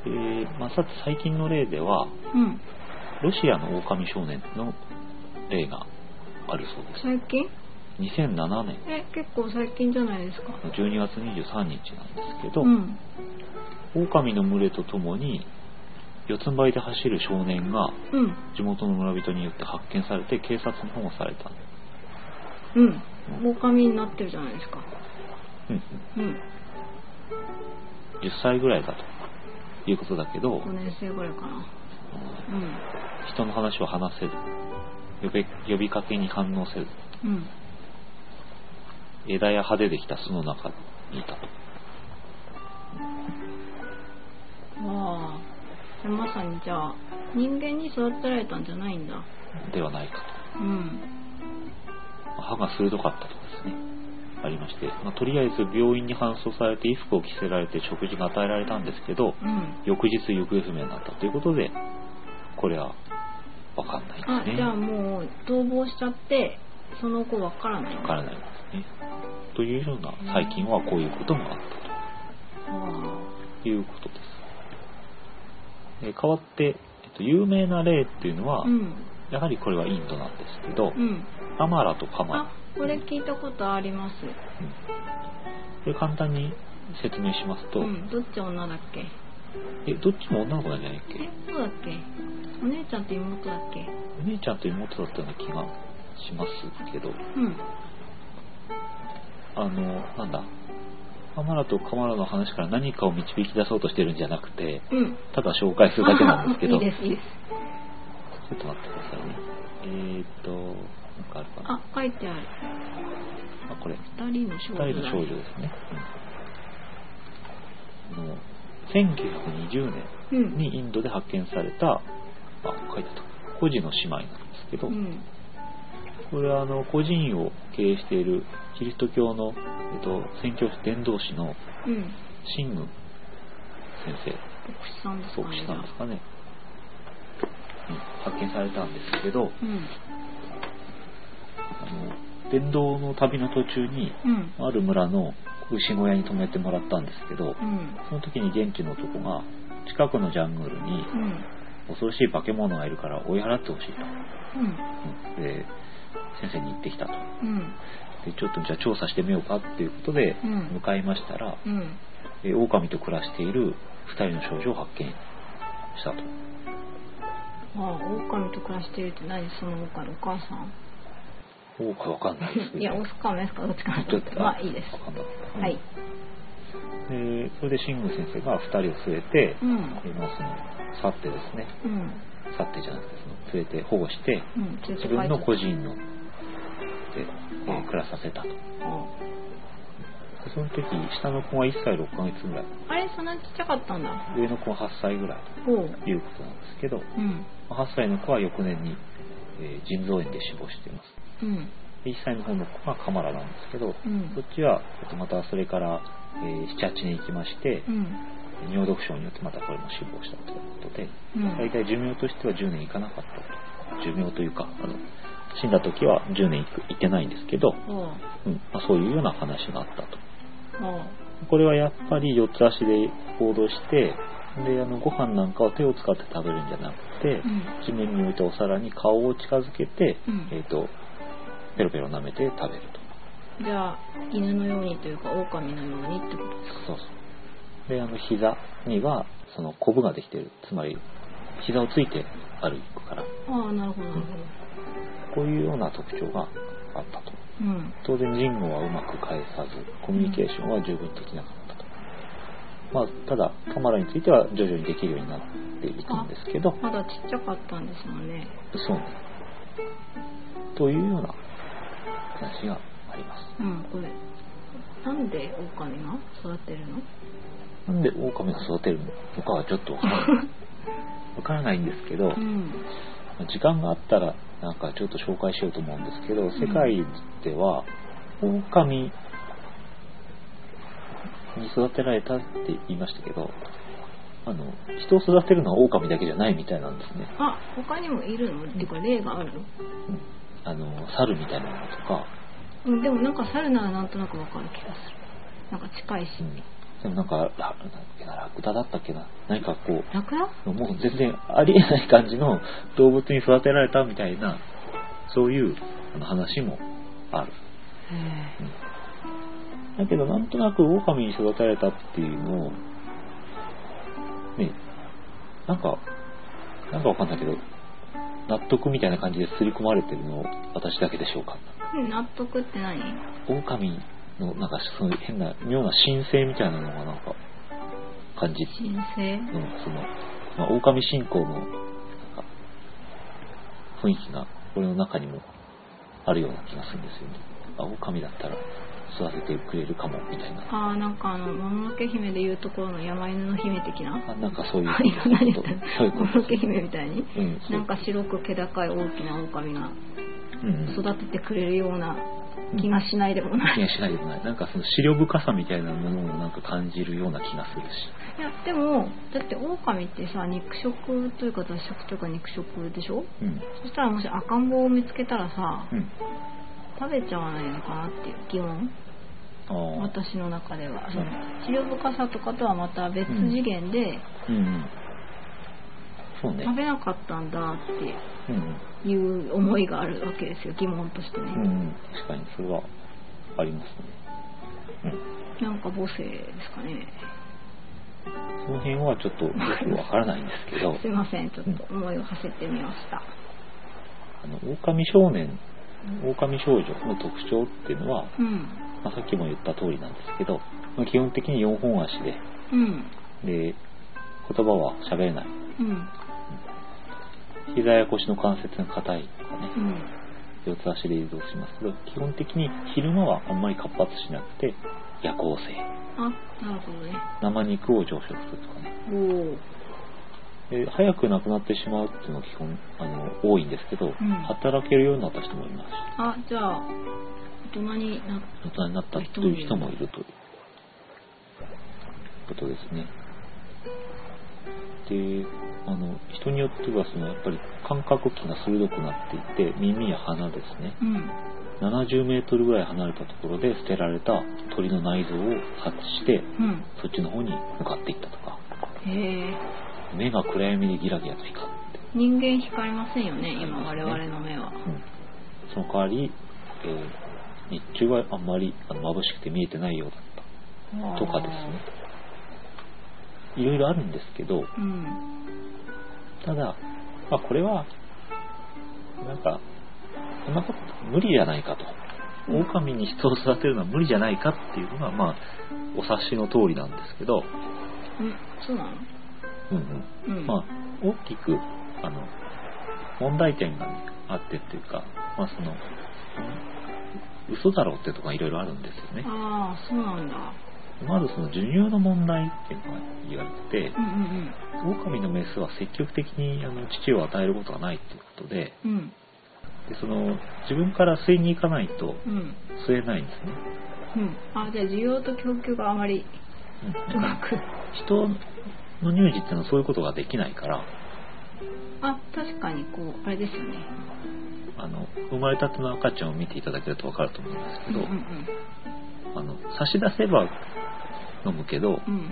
Speaker 1: うん。で、まあ、さて最近の例では、
Speaker 2: ううん
Speaker 1: ロシアの狼少年の例があるそうです。
Speaker 2: 最近
Speaker 1: 2007年
Speaker 2: え結構最近じゃないですか
Speaker 1: の12月23日なんですけど、
Speaker 2: うん
Speaker 1: 狼の群れとともに四つん這いで走る少年が
Speaker 2: うん
Speaker 1: 地元の村人によって発見されて警察に保護された、
Speaker 2: うん狼になってるじゃないですか
Speaker 1: うん、
Speaker 2: うん
Speaker 1: 10歳ぐらいだということだけど、
Speaker 2: 5年生ぐらいかなうん
Speaker 1: 人の話を話せず呼び呼びかけに反応せず
Speaker 2: うん
Speaker 1: 枝や葉でできた巣の中にいたと
Speaker 2: わあまさにじゃあ人間に育てられたんじゃないんだ
Speaker 1: ではないか
Speaker 2: うん
Speaker 1: と歯が鋭かったとかですねありまして、まあとりあえず病院に搬送されて衣服を着せられて食事が与えられたんですけど
Speaker 2: うん
Speaker 1: 翌日行方不明になったということでこれは分かんない
Speaker 2: あ
Speaker 1: です
Speaker 2: じ
Speaker 1: ね
Speaker 2: ゃあもう逃亡しちゃってその子わからない
Speaker 1: 分からないですねというような最近はこういうこともあっ
Speaker 2: あ
Speaker 1: たということですえー変わって、えっと、有名な例っていうのは、
Speaker 2: あうん
Speaker 1: やはりこれはインドなんですけど、
Speaker 2: うん
Speaker 1: アマラとカマ
Speaker 2: あこれ聞いたことあります
Speaker 1: ラ、うんこれ簡単に説明しますと、
Speaker 2: うん、どっち女だっけ
Speaker 1: えどっちも女の子なんじゃないっけ
Speaker 2: えそうだっけお姉ちゃんと妹だっけ
Speaker 1: お姉ちゃんと妹だったような気がしますけど
Speaker 2: うん
Speaker 1: あのなんだカマラとカマラの話から何かを導き出そうとしてるんじゃなくて
Speaker 2: うん
Speaker 1: ただ紹介するだけなんですけど
Speaker 2: いいですいいです
Speaker 1: ちょっと待ってくださいねえーっとなんかあるかな
Speaker 2: あ書いてある
Speaker 1: あこれ
Speaker 2: 二人の少
Speaker 1: 二人
Speaker 2: 女だね
Speaker 1: の少女ですね、うん、あの1920年
Speaker 2: うん
Speaker 1: にインドで発見された、あ、書いてあった、孤児の姉妹なんですけど、
Speaker 2: うん
Speaker 1: これはあの孤児院を経営しているキリスト教の、えっと、宣教師伝道師の
Speaker 2: うん
Speaker 1: シング先生、
Speaker 2: 牧師さんですか
Speaker 1: 牧師さんですかね、うん、発見されたんですけど、
Speaker 2: うん
Speaker 1: あの伝道の旅の途中に、
Speaker 2: うん
Speaker 1: ある村の牛小屋に泊めてもらったんですけど、
Speaker 2: うん
Speaker 1: その時に現地の男が、近くのジャングルに
Speaker 2: うん
Speaker 1: 恐ろしい化け物がいるから追い払ってほしいと。
Speaker 2: うん
Speaker 1: で先生に行ってきたと
Speaker 2: うん
Speaker 1: でちょっとじゃあ調査してみようかっていうことで
Speaker 2: うん
Speaker 1: 向かいましたら、
Speaker 2: うん
Speaker 1: えオオカミと暮らしている2人の少女を発見したと
Speaker 2: ああ狼と暮らしてるって何その狼お母さ ん
Speaker 1: オオかわかんないですけど
Speaker 2: いやオスかメスかどっちかな
Speaker 1: ち
Speaker 2: と
Speaker 1: ょっ
Speaker 2: 思って
Speaker 1: と
Speaker 2: まあいいです
Speaker 1: わかんなかった
Speaker 2: はい
Speaker 1: うんでそれでシング先生が2人を連れて、
Speaker 2: うん
Speaker 1: えーまあその去ってですね
Speaker 2: うん
Speaker 1: 去ってじゃなくてその連れて保護して
Speaker 2: うん連れて
Speaker 1: 自
Speaker 2: 帰
Speaker 1: 分の
Speaker 2: っ
Speaker 1: 個
Speaker 2: て
Speaker 1: 人ので、えー暮らさせたとでその時下の子が1歳6ヶ月ぐらい
Speaker 2: あれそんなちっちゃかったんだ
Speaker 1: 上の子は8歳ぐらい
Speaker 2: ほう
Speaker 1: ということなんですけど、
Speaker 2: うん
Speaker 1: 8歳の子は翌年に、えー腎臓炎で死亡しています。
Speaker 2: うん
Speaker 1: で1歳の方の子がカマラなんですけど、
Speaker 2: うん
Speaker 1: そっちはえっとまたそれから、えー7、8年行きまして
Speaker 2: う、ん
Speaker 1: 尿毒症によってまたこれも死亡したということで、
Speaker 2: うん
Speaker 1: 大体寿命としては10年いかなかったと。寿命というか、あの死んだ時は10年いくいってないんですけど、
Speaker 2: ほう
Speaker 1: うんまあ、そういうような話があったと。
Speaker 2: ほう
Speaker 1: これはやっぱり四つ足で行動してであのご飯なんかを手を使って食べるんじゃなくて、
Speaker 2: ん
Speaker 1: 地面に置いたお皿に顔を近づけて、
Speaker 2: うん
Speaker 1: えっとペロペロ舐めて食べると
Speaker 2: じゃあ犬のようにというか狼のようにってこと
Speaker 1: そうそうであの膝にはそのコブができてるつまり膝をついて歩くから
Speaker 2: ああなるほどなるほど
Speaker 1: こういうような特徴があったと
Speaker 2: うん
Speaker 1: 当然人語はうまく返さずコミュニケーションは十分できなかったと、まあ、ただカマラについては徐々にできるようになっていくんですけど
Speaker 2: まだちっちゃかったんですもんね
Speaker 1: そうねというような話があります
Speaker 2: うんこれなんで狼が育てるの
Speaker 1: なんでオオカミが育てるのかはちょっとわから ないわからないんですけど、
Speaker 2: うん
Speaker 1: 時間があったらなんかちょっと紹介しようと思うんですけど世界ではオオカミに育てられたって言いましたけどあの人を育てるのはオオカミだけじゃないみたいなんですね、
Speaker 2: あ他にもいるのっていうか例がある
Speaker 1: う
Speaker 2: の
Speaker 1: ん、あの猿みたいなのとか、
Speaker 2: うんでもなんか猿ならなんとなくわかる気がするなんか近いし
Speaker 1: うん、でもなんかラなんだっけなラクダだったっけな何かこう
Speaker 2: ラクダ
Speaker 1: もう全然ありえない感じの動物に育てられたみたいな、そういうあの話もある。
Speaker 2: へ
Speaker 1: だけどなんとなく狼に育てられたっていうのを、ね、なんか、なんかわかんないけど、納得みたいな感じで刷り込まれてるのを私だけでしょうか。
Speaker 2: え納得って何
Speaker 1: 狼のなんかその変な妙な神聖みたいなのがなんか感じ
Speaker 2: 神聖
Speaker 1: うん、その、まあ、狼信仰の、なんか、雰囲気が、俺の中にもあるような気がするんですよね。あ、狼だったら育ててくれるかも、みたいな。
Speaker 2: ああなんかあのもののけ姫でいうところの山犬の姫的な
Speaker 1: あなんかそういうこ
Speaker 2: 今何言っ
Speaker 1: と
Speaker 2: たの。
Speaker 1: そういう
Speaker 2: も
Speaker 1: こ
Speaker 2: のの
Speaker 1: と
Speaker 2: け。姫みたいに
Speaker 1: うん、そう
Speaker 2: なんか白く気高い大きな狼が
Speaker 1: うん、うん
Speaker 2: 育ててくれるような気がしないでもない
Speaker 1: 気がしないでもない。なんかその資料深さみたいなものをなんか感じるような気がするし。
Speaker 2: いやでもだって狼ってさ肉食というか雑食というか肉食でしょ
Speaker 1: うん。
Speaker 2: そしたらもし赤ん坊を見つけたらさ
Speaker 1: うん。
Speaker 2: 食べちゃわないのかなっていう疑問
Speaker 1: ああ。
Speaker 2: 私の中では
Speaker 1: ん
Speaker 2: その資料深さとかとはまた別次元で
Speaker 1: うんうん。そうね。
Speaker 2: 食べなかったんだっ
Speaker 1: うんうん。
Speaker 2: ていう思いがあるわけですよ疑問としてね
Speaker 1: うん、確かにそれはありますね。
Speaker 2: なんか母性ですかね。
Speaker 1: その辺はちょっとよくわからないんですけど
Speaker 2: すいません、ちょっと思いを馳せてみました。
Speaker 1: あの狼少年狼少女の特徴っていうのは、
Speaker 2: うん。
Speaker 1: まあ、さっきも言った通りなんですけど、まあ、基本的に4本足で
Speaker 2: うん。
Speaker 1: で言葉は喋れない
Speaker 2: うん。
Speaker 1: 膝や腰の関節が硬いとかね
Speaker 2: うん。
Speaker 1: 四つ足で移動しますけど基本的に昼間はあんまり活発しなくて夜行性
Speaker 2: あ、なるほどね。
Speaker 1: 生肉を常食するとかね
Speaker 2: おお。
Speaker 1: で早く亡くなってしまうっていうのが基本あの多いんですけど、
Speaker 2: ん
Speaker 1: 働けるようになった人もいますし
Speaker 2: あ、じゃあ、大人になっ
Speaker 1: 大人になったという人もいるということですね。であの人によってはそのやっぱり感覚器が鋭くなっていって耳や鼻ですね
Speaker 2: うん。
Speaker 1: 70メートルぐらい離れたところで捨てられた鳥の内臓を察知して
Speaker 2: うん。
Speaker 1: そっちの方に向かっていったとか
Speaker 2: へえ。
Speaker 1: 目が暗闇でギラギラと光って
Speaker 2: 人間光りませんよね、今我々の目は。
Speaker 1: うんその代わり、えー日中はあんまりあの眩しくて見えてないようだったとかですね。いろいろあるんですけど、
Speaker 2: うん。
Speaker 1: ただ、まあ、これは、なんか、そんなこと無理じゃないかと。狼に人を育てるのは無理じゃないかっていうのが、まあ、お察しの通りなんですけど、
Speaker 2: うん、そうなの
Speaker 1: うんうん。
Speaker 2: うん。
Speaker 1: まあ、大きくあの問題点があってっていうか、まあ、その嘘だろうってとこがいろいろあるんですよね
Speaker 2: ああ、そうなんだ。
Speaker 1: まずその授乳の問題っていうのが言われてて
Speaker 2: うんうん
Speaker 1: 狼のメスは積極的にあの乳を与えることがないっていうことでで
Speaker 2: うん。うん。
Speaker 1: その自分から吸いに行かないと
Speaker 2: うん。
Speaker 1: 吸えないんですね、
Speaker 2: うん。あ、じゃあ需要と供給があまり
Speaker 1: うん、だ
Speaker 2: う
Speaker 1: か
Speaker 2: ま
Speaker 1: ら
Speaker 2: く。
Speaker 1: 人の乳児っていうのはそういうことができないから
Speaker 2: あ、確かにこう、あれですよね。
Speaker 1: あの生まれたての赤ちゃんを見ていただけると分かると思うんですけ
Speaker 2: うんう
Speaker 1: ど、
Speaker 2: んうん。
Speaker 1: あの差し出せば飲むけど
Speaker 2: うん。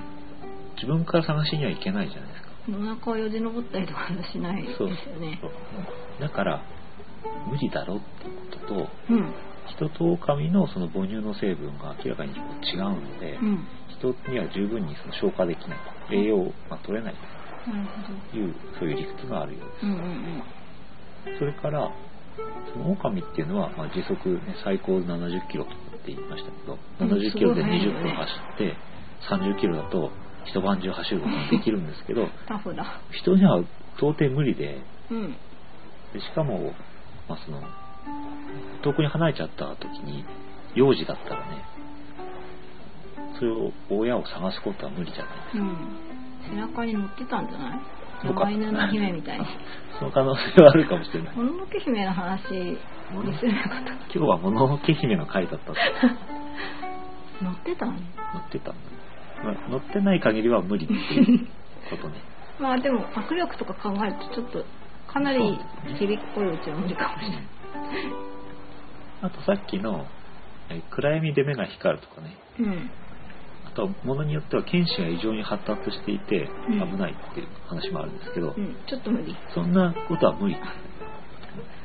Speaker 1: 自分から探しにはいけないじゃないですか
Speaker 2: お腹をよじ登ったりとかしないです
Speaker 1: そう
Speaker 2: よ
Speaker 1: そ
Speaker 2: ね。
Speaker 1: うだから無理だろっていうこ
Speaker 2: うん。
Speaker 1: とと人と狼のその母乳の成分が明らかにこう違うので、
Speaker 2: うん。
Speaker 1: 人には十分にその消化できない栄養が取れない
Speaker 2: なるほど。
Speaker 1: というそういう理屈があるよう
Speaker 2: うんうん
Speaker 1: ですそれからその狼っていうのは、まあ、時速、ね、最高70キロって言いましたけど
Speaker 2: うん
Speaker 1: 70キロです
Speaker 2: ごい速いよ
Speaker 1: 20
Speaker 2: ね
Speaker 1: 分走って30キロだと一晩中走ることができるんですけど
Speaker 2: うん。タフだ。
Speaker 1: 人には到底無理で
Speaker 2: うん。
Speaker 1: でしかも、まあ、その遠くに離れちゃった時に幼児だったらねそれを親を探すことは無理じゃない
Speaker 2: うん。背中に乗ってたんじゃない
Speaker 1: そうか
Speaker 2: 野良犬の姫みたいに。
Speaker 1: その可能性はあるかもしれない
Speaker 2: もののけ姫の話にするか
Speaker 1: 今日はもののけ姫の回だったって
Speaker 2: と。乗ってたの
Speaker 1: 乗ってたんだ、まあ乗ってない限りは無理っていうこと ね
Speaker 2: まあでも握力とか考えるとちょっとかなりちびっこいうちは無理かもしれない。
Speaker 1: あとさっきのえ暗闇で目が光るとかね
Speaker 2: うん。
Speaker 1: あとはものによっては剣士が異常に発達していて
Speaker 2: うん
Speaker 1: 危ないっていう話もあるんですけど、
Speaker 2: うん。ちょっと無理。
Speaker 1: そんなことは無理。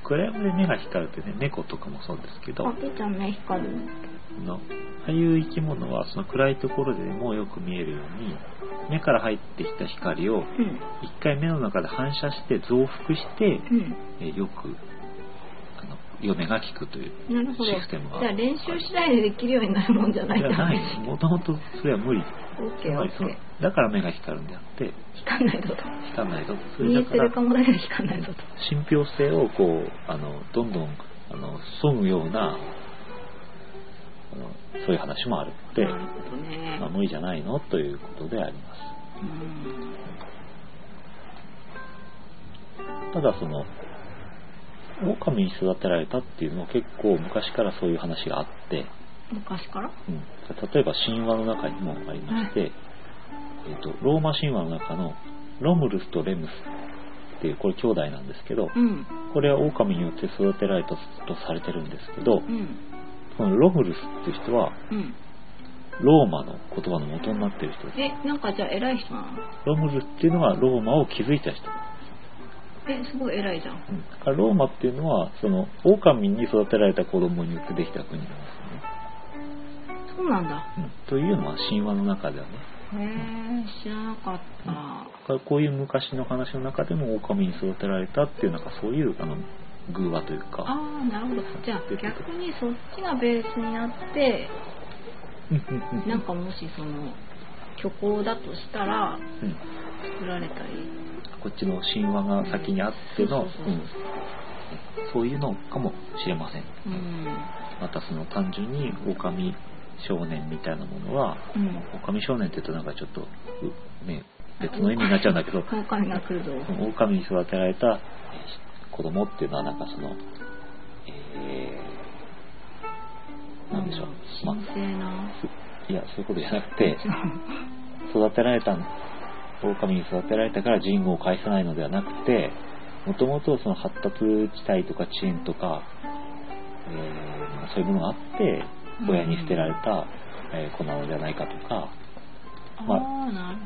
Speaker 1: 暗闇で目が光るってね、猫とかもそうですけど、
Speaker 2: あ、
Speaker 1: あ
Speaker 2: ピーちゃん目光る。
Speaker 1: のああいう生き物はその暗いところでもよく見えるように、目から入ってきた光を
Speaker 2: うん。
Speaker 1: 一回目の中で反射して増幅して、えよくあの嫁が効くという
Speaker 2: うん。なるほど。
Speaker 1: システムが。
Speaker 2: じゃあ練習次第でできるようになるもんじゃない
Speaker 1: じゃ
Speaker 2: んだ
Speaker 1: ない。もともとそれは無理。
Speaker 2: オッケーオッケー。
Speaker 1: だから目が光るんであって、
Speaker 2: 光んないぞと。
Speaker 1: 光らないと。そ
Speaker 2: 見
Speaker 1: れ
Speaker 2: え
Speaker 1: だ
Speaker 2: て
Speaker 1: から
Speaker 2: るかもだけど光んないぞと。
Speaker 1: 信憑性をこうあのどんどんあの損むようなあのそういう話もあるので、
Speaker 2: なるほどね
Speaker 1: まあ、。無理じゃないのということでありま
Speaker 2: うん。
Speaker 1: すただその狼に育てられたっていうのは結構昔からそういう話があって、
Speaker 2: 昔から
Speaker 1: うん例えば神話の中にもありまして、えっとローマ神話の中のロムルスとレムスっていうこれ兄弟なんですけど
Speaker 2: うん。
Speaker 1: これは狼によって育てられたとされてるんですけど、
Speaker 2: うん。
Speaker 1: このロムルスっていう人は
Speaker 2: うん。
Speaker 1: ローマの言葉の元になってる人です
Speaker 2: え、なんかじゃあ偉い人なの
Speaker 1: ロムルスっていうのはローマを築いた人、
Speaker 2: え、すごい偉いじゃん。
Speaker 1: うん、だからローマっていうのはその狼に育てられた子供によってできた国なんですよね
Speaker 2: そうなんだ。
Speaker 1: うんというのは神話の中ではね
Speaker 2: へえ、知らなかった。
Speaker 1: ここういう昔の話の中でも狼に育てられたっていうなんかそういうあの偶話というか
Speaker 2: ああ、なるほど。じゃあ逆にそっちがベースになって、
Speaker 1: うんうんうん
Speaker 2: なんかもしその虚構だとしたら
Speaker 1: うん
Speaker 2: 作られたり。
Speaker 1: こっちの神話が先にあっての、
Speaker 2: そうそうそう
Speaker 1: うんそういうのかもしれません、
Speaker 2: うん。
Speaker 1: またその単純に狼少年みたいなものは
Speaker 2: うん。
Speaker 1: 狼少年って言うとなんかちょっとうね別の意味になっちゃうんだけど
Speaker 2: 狼が来るぞ。
Speaker 1: 狼に育てられた子供っていうのはなんかそのえー、なんでしょう、ま
Speaker 2: 神聖な。
Speaker 1: あ、いやそういうことじゃなくて育てられた狼に育てられたから人語を介さないのではなくてもともとその発達地帯とか遅延とか、えーそういうものがあって
Speaker 2: うん
Speaker 1: 親に捨てられた、えー子なのではないかとかまあ
Speaker 2: ああ、なる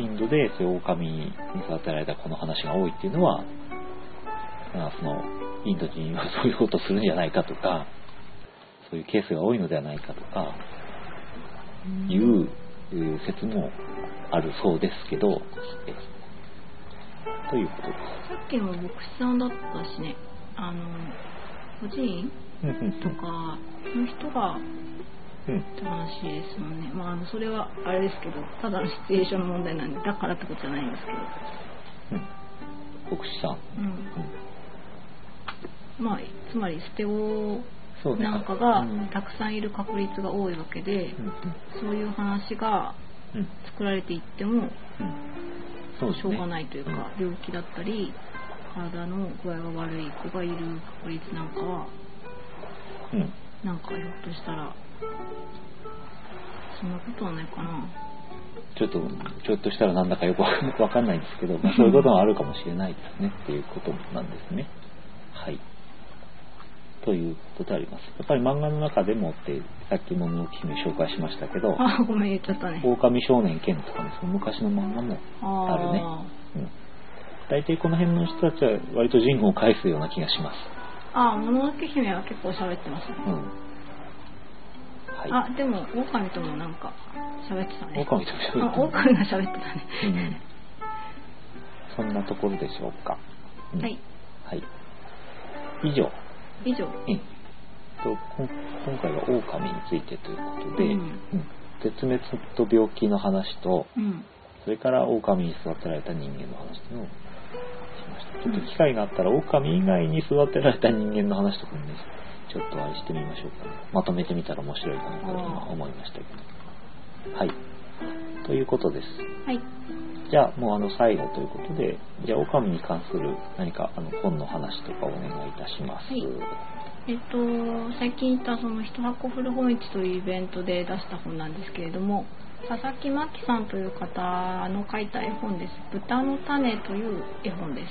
Speaker 1: インドでそういう狼に育てられた子の話が多いっていうのはまあそのインド人はそういうことをするんじゃないかとかそういうケースが多いのではないかとか
Speaker 2: ほど。
Speaker 1: い。うえー説もあるそうですけど、えーということです。
Speaker 2: さっきの牧師さんだったしね、あの、個人
Speaker 1: うんうん
Speaker 2: とかの人が
Speaker 1: うん
Speaker 2: って話ですもんね。まあ、あのそれはあれですけど、ただのシチュエーションの問題なんで、だからってことじゃないんですけど。
Speaker 1: うん牧師さん、
Speaker 2: うん。
Speaker 1: うん
Speaker 2: まあ、つまり捨て子
Speaker 1: そうね
Speaker 2: なんか
Speaker 1: う
Speaker 2: が
Speaker 1: ん
Speaker 2: たくさんいる確率が多いわけで
Speaker 1: う、ん
Speaker 2: そういう話が
Speaker 1: うんうん
Speaker 2: 作られていっても
Speaker 1: うんそうですね
Speaker 2: しょうがないというか、病気だったり体の具合が悪い子がいる確率なんかは
Speaker 1: うん
Speaker 2: なんかひょっとしたらそんなことはないかな
Speaker 1: ちょっとちょっとしたらなんだかよくわかわかんないんです けど、まあ、そういうこともあるかもしれないですねっていうことなんですねはいということでありますやっぱり漫画の中でもってさっきものの姫紹介しましたけど
Speaker 2: あごめん言っちゃったね
Speaker 1: 狼少年剣とかねその昔の漫画もあるね
Speaker 2: あ
Speaker 1: うん大体この辺の人たちは割と人口を返すような気がします。
Speaker 2: ーあーもののけ姫は結構喋ってましたね
Speaker 1: うん。はい。
Speaker 2: あでも狼ともなんか喋ってたね
Speaker 1: 狼とも喋って
Speaker 2: あ狼が喋ってたね
Speaker 1: うん。そんなところでしょうか。うん
Speaker 2: はい。
Speaker 1: はい。以上。
Speaker 2: 以上
Speaker 1: うん。とこん今回は狼についてということで、
Speaker 2: うん
Speaker 1: うん絶滅と病気の話と、
Speaker 2: うん
Speaker 1: それから狼に育てられた人間の話というのをしました。ちょっと機会があったら、狼以外に育てられた人間の話とかもね、ちょっとあれしてみましょうかね。まとめてみたら面白いかなと今思いましたけど。はい。ということです。
Speaker 2: はい
Speaker 1: じゃあもうあの最後ということで、じゃあ狼に関する何かあの本の話とかお願いいたします。
Speaker 2: はいえっと、最近行ったその一箱古本市というイベントで出した本なんですけれども佐々木真希さんという方の書いた絵本です「豚の種」という絵本です、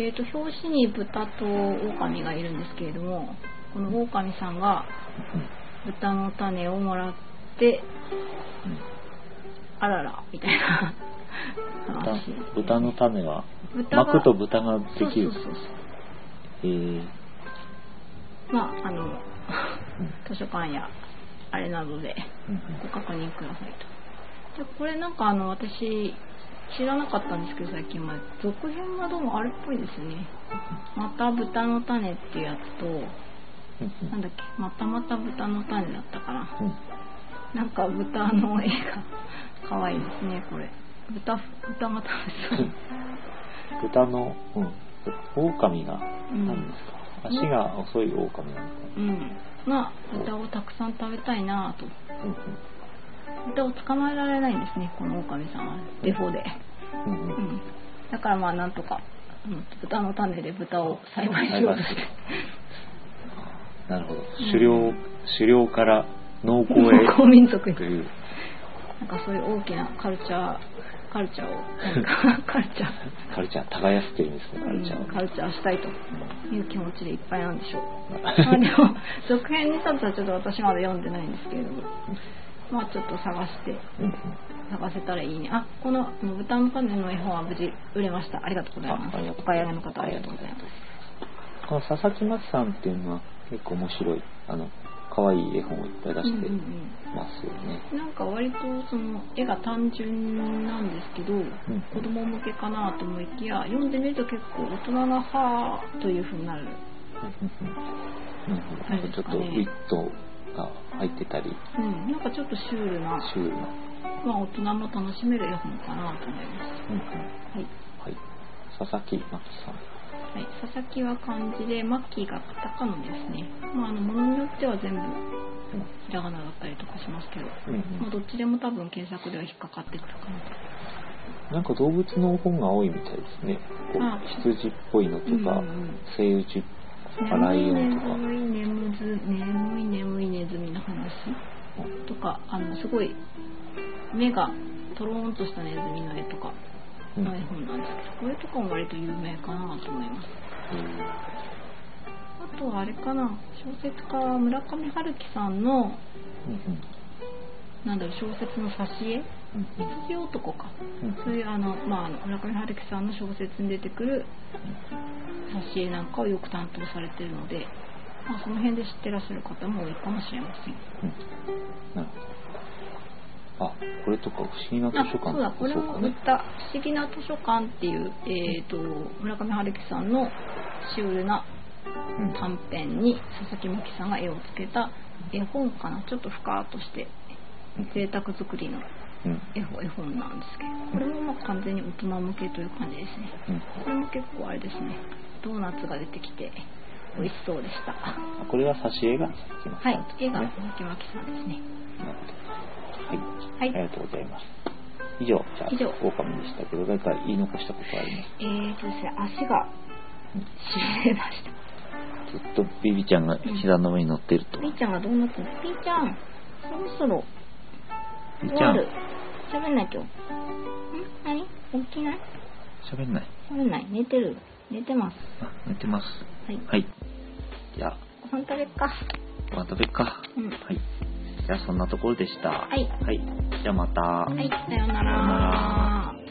Speaker 2: えっと表紙に豚と狼がいるんですけれどもこの狼さんが豚の種をもらってあららみた いな
Speaker 1: うん
Speaker 2: 話
Speaker 1: 豚豚の種は
Speaker 2: 豚が
Speaker 1: 膜と豚がで
Speaker 2: そう
Speaker 1: き
Speaker 2: そう
Speaker 1: る。
Speaker 2: そうそう
Speaker 1: えー
Speaker 2: まああの
Speaker 1: うん
Speaker 2: 図書館やあれなどで
Speaker 1: うん
Speaker 2: ご確認くださいとでこれなんかあの私知らなかったんですけど最近まで続編がどうもあるっぽいですねまた豚の種っていうやつと
Speaker 1: うんうん
Speaker 2: なんだっけまたまた豚の種だったかな
Speaker 1: うん
Speaker 2: なんか豚の絵が可愛いですねこれ豚豚が食べそう
Speaker 1: 豚の、うん、狼が、
Speaker 2: うん
Speaker 1: 何ですか足が遅い狼なのか
Speaker 2: うんまあ豚をたくさん食べたいなぁと
Speaker 1: な、う
Speaker 2: 豚を捕まえられないんですねこの狼さんはデフォで
Speaker 1: んうんうんうん
Speaker 2: うんだからまあなんとか、うん、豚の種で豚を栽培しようとし
Speaker 1: 栽培
Speaker 2: て
Speaker 1: なるほど
Speaker 2: ん
Speaker 1: 狩猟狩猟から農耕
Speaker 2: 農耕
Speaker 1: へ
Speaker 2: 民族に
Speaker 1: という
Speaker 2: なんかそういう大きなカルチャーカルチャーをな んかカルチャー
Speaker 1: カルチャー耕すというんですねカルチャー
Speaker 2: う
Speaker 1: を
Speaker 2: んカルチャーしたいという気持ちでいっぱいなんでしょ うまあ
Speaker 1: う
Speaker 2: で
Speaker 1: ん
Speaker 2: も続編2冊はちょっと私まだ読んでないんですけれどもまあちょっと探して
Speaker 1: うん
Speaker 2: 探せたらいいねあこの豚の種の絵本は無事売れましたありがとうございま
Speaker 1: あありがとう
Speaker 2: すお買い上げの方ありがとうございます
Speaker 1: この佐々木松さんっていうのは結構面白いあの可愛い絵本をいっぱい出して
Speaker 2: うんうん
Speaker 1: ますよね。
Speaker 2: うんなんか割とその絵が単純なんですけど、
Speaker 1: ん
Speaker 2: 子供向けかなと思いきや読んでみると結構大人がはあというふうになる
Speaker 1: うんうんうんなんかちょっとウ
Speaker 2: はい
Speaker 1: ィットが入ってたり、
Speaker 2: うん、なんかちょっとシュールな、
Speaker 1: シュールな。
Speaker 2: まあ、大人も楽しめる絵本かなと思います。
Speaker 1: うんうん
Speaker 2: はい。
Speaker 1: はい。佐々木真希さん。
Speaker 2: はい、佐々木は漢字で、マッキーがカタカナですね。まあ、あの、ものによっては全部ひらがなだったりとかしますけど、
Speaker 1: うんう
Speaker 2: まあ、
Speaker 1: ん
Speaker 2: どっちでも多分検索では引っかかってくるかなと。
Speaker 1: なんか動物の本が多いみたいですね。こ
Speaker 2: あ
Speaker 1: う羊っぽいのとか
Speaker 2: うん、うん
Speaker 1: セイウチとかライオンとか。
Speaker 2: 眠い眠ず眠い眠いネズミの話とかあのすごい目がとろーんとしたネズミの絵とか
Speaker 1: うん
Speaker 2: の絵本なんですけど、これとかも割と有名かなと思います
Speaker 1: うん
Speaker 2: あとはあれかな小説家村上春樹さんの
Speaker 1: うん
Speaker 2: なんだろう小説の挿絵
Speaker 1: うんうん
Speaker 2: 羊男か
Speaker 1: うん
Speaker 2: そういうあの、まああの、村上春樹さんの小説に出てくる挿絵なんかをよく担当されてるので、まあ、その辺で知ってらっしゃる方も多いかもしれません
Speaker 1: なるほどあこれとか不思議な図書
Speaker 2: あ
Speaker 1: 館
Speaker 2: そうだ
Speaker 1: と
Speaker 2: こ
Speaker 1: か
Speaker 2: れ
Speaker 1: そう
Speaker 2: も
Speaker 1: か
Speaker 2: 売っ
Speaker 1: ね
Speaker 2: た「不思議な図書館」っていう、えー、と村上春樹さんのシュールな
Speaker 1: うん
Speaker 2: 短編に佐々木真希さんが絵をつけた絵本かなちょっと深っとして贅沢作りの
Speaker 1: うん
Speaker 2: 絵本絵本なんですけどこれもまあ完全に大人向けという感じですね
Speaker 1: うん
Speaker 2: これも結構あれですねドーナツが出てきて美味しそうでしたは
Speaker 1: あこれは挿絵が佐々木真希さん
Speaker 2: い絵が佐々木真希さんですね
Speaker 1: なるほどはい、
Speaker 2: はい
Speaker 1: ありがとうございます以上じゃあ
Speaker 2: 以上
Speaker 1: オオカミでしたけど何か言い残したことあります
Speaker 2: えーとですね足がしびれました
Speaker 1: ずっとビビちゃんが膝の上に乗ってると、
Speaker 2: ピーちゃんがどうなってんのピーちゃん、そろそろ
Speaker 1: ビビ
Speaker 2: 終
Speaker 1: ちゃ
Speaker 2: わ
Speaker 1: ん
Speaker 2: る。喋んなきゃ。ん何起きない
Speaker 1: 喋んない
Speaker 2: 喋んない寝てる寝てます。
Speaker 1: あ寝てます
Speaker 2: はい。
Speaker 1: はいじゃあ
Speaker 2: 本当ですか
Speaker 1: また別か
Speaker 2: うん。
Speaker 1: はいじゃあそんなところでした
Speaker 2: はい
Speaker 1: はい、じゃあまた、
Speaker 2: はい、さような
Speaker 1: さような
Speaker 2: ら。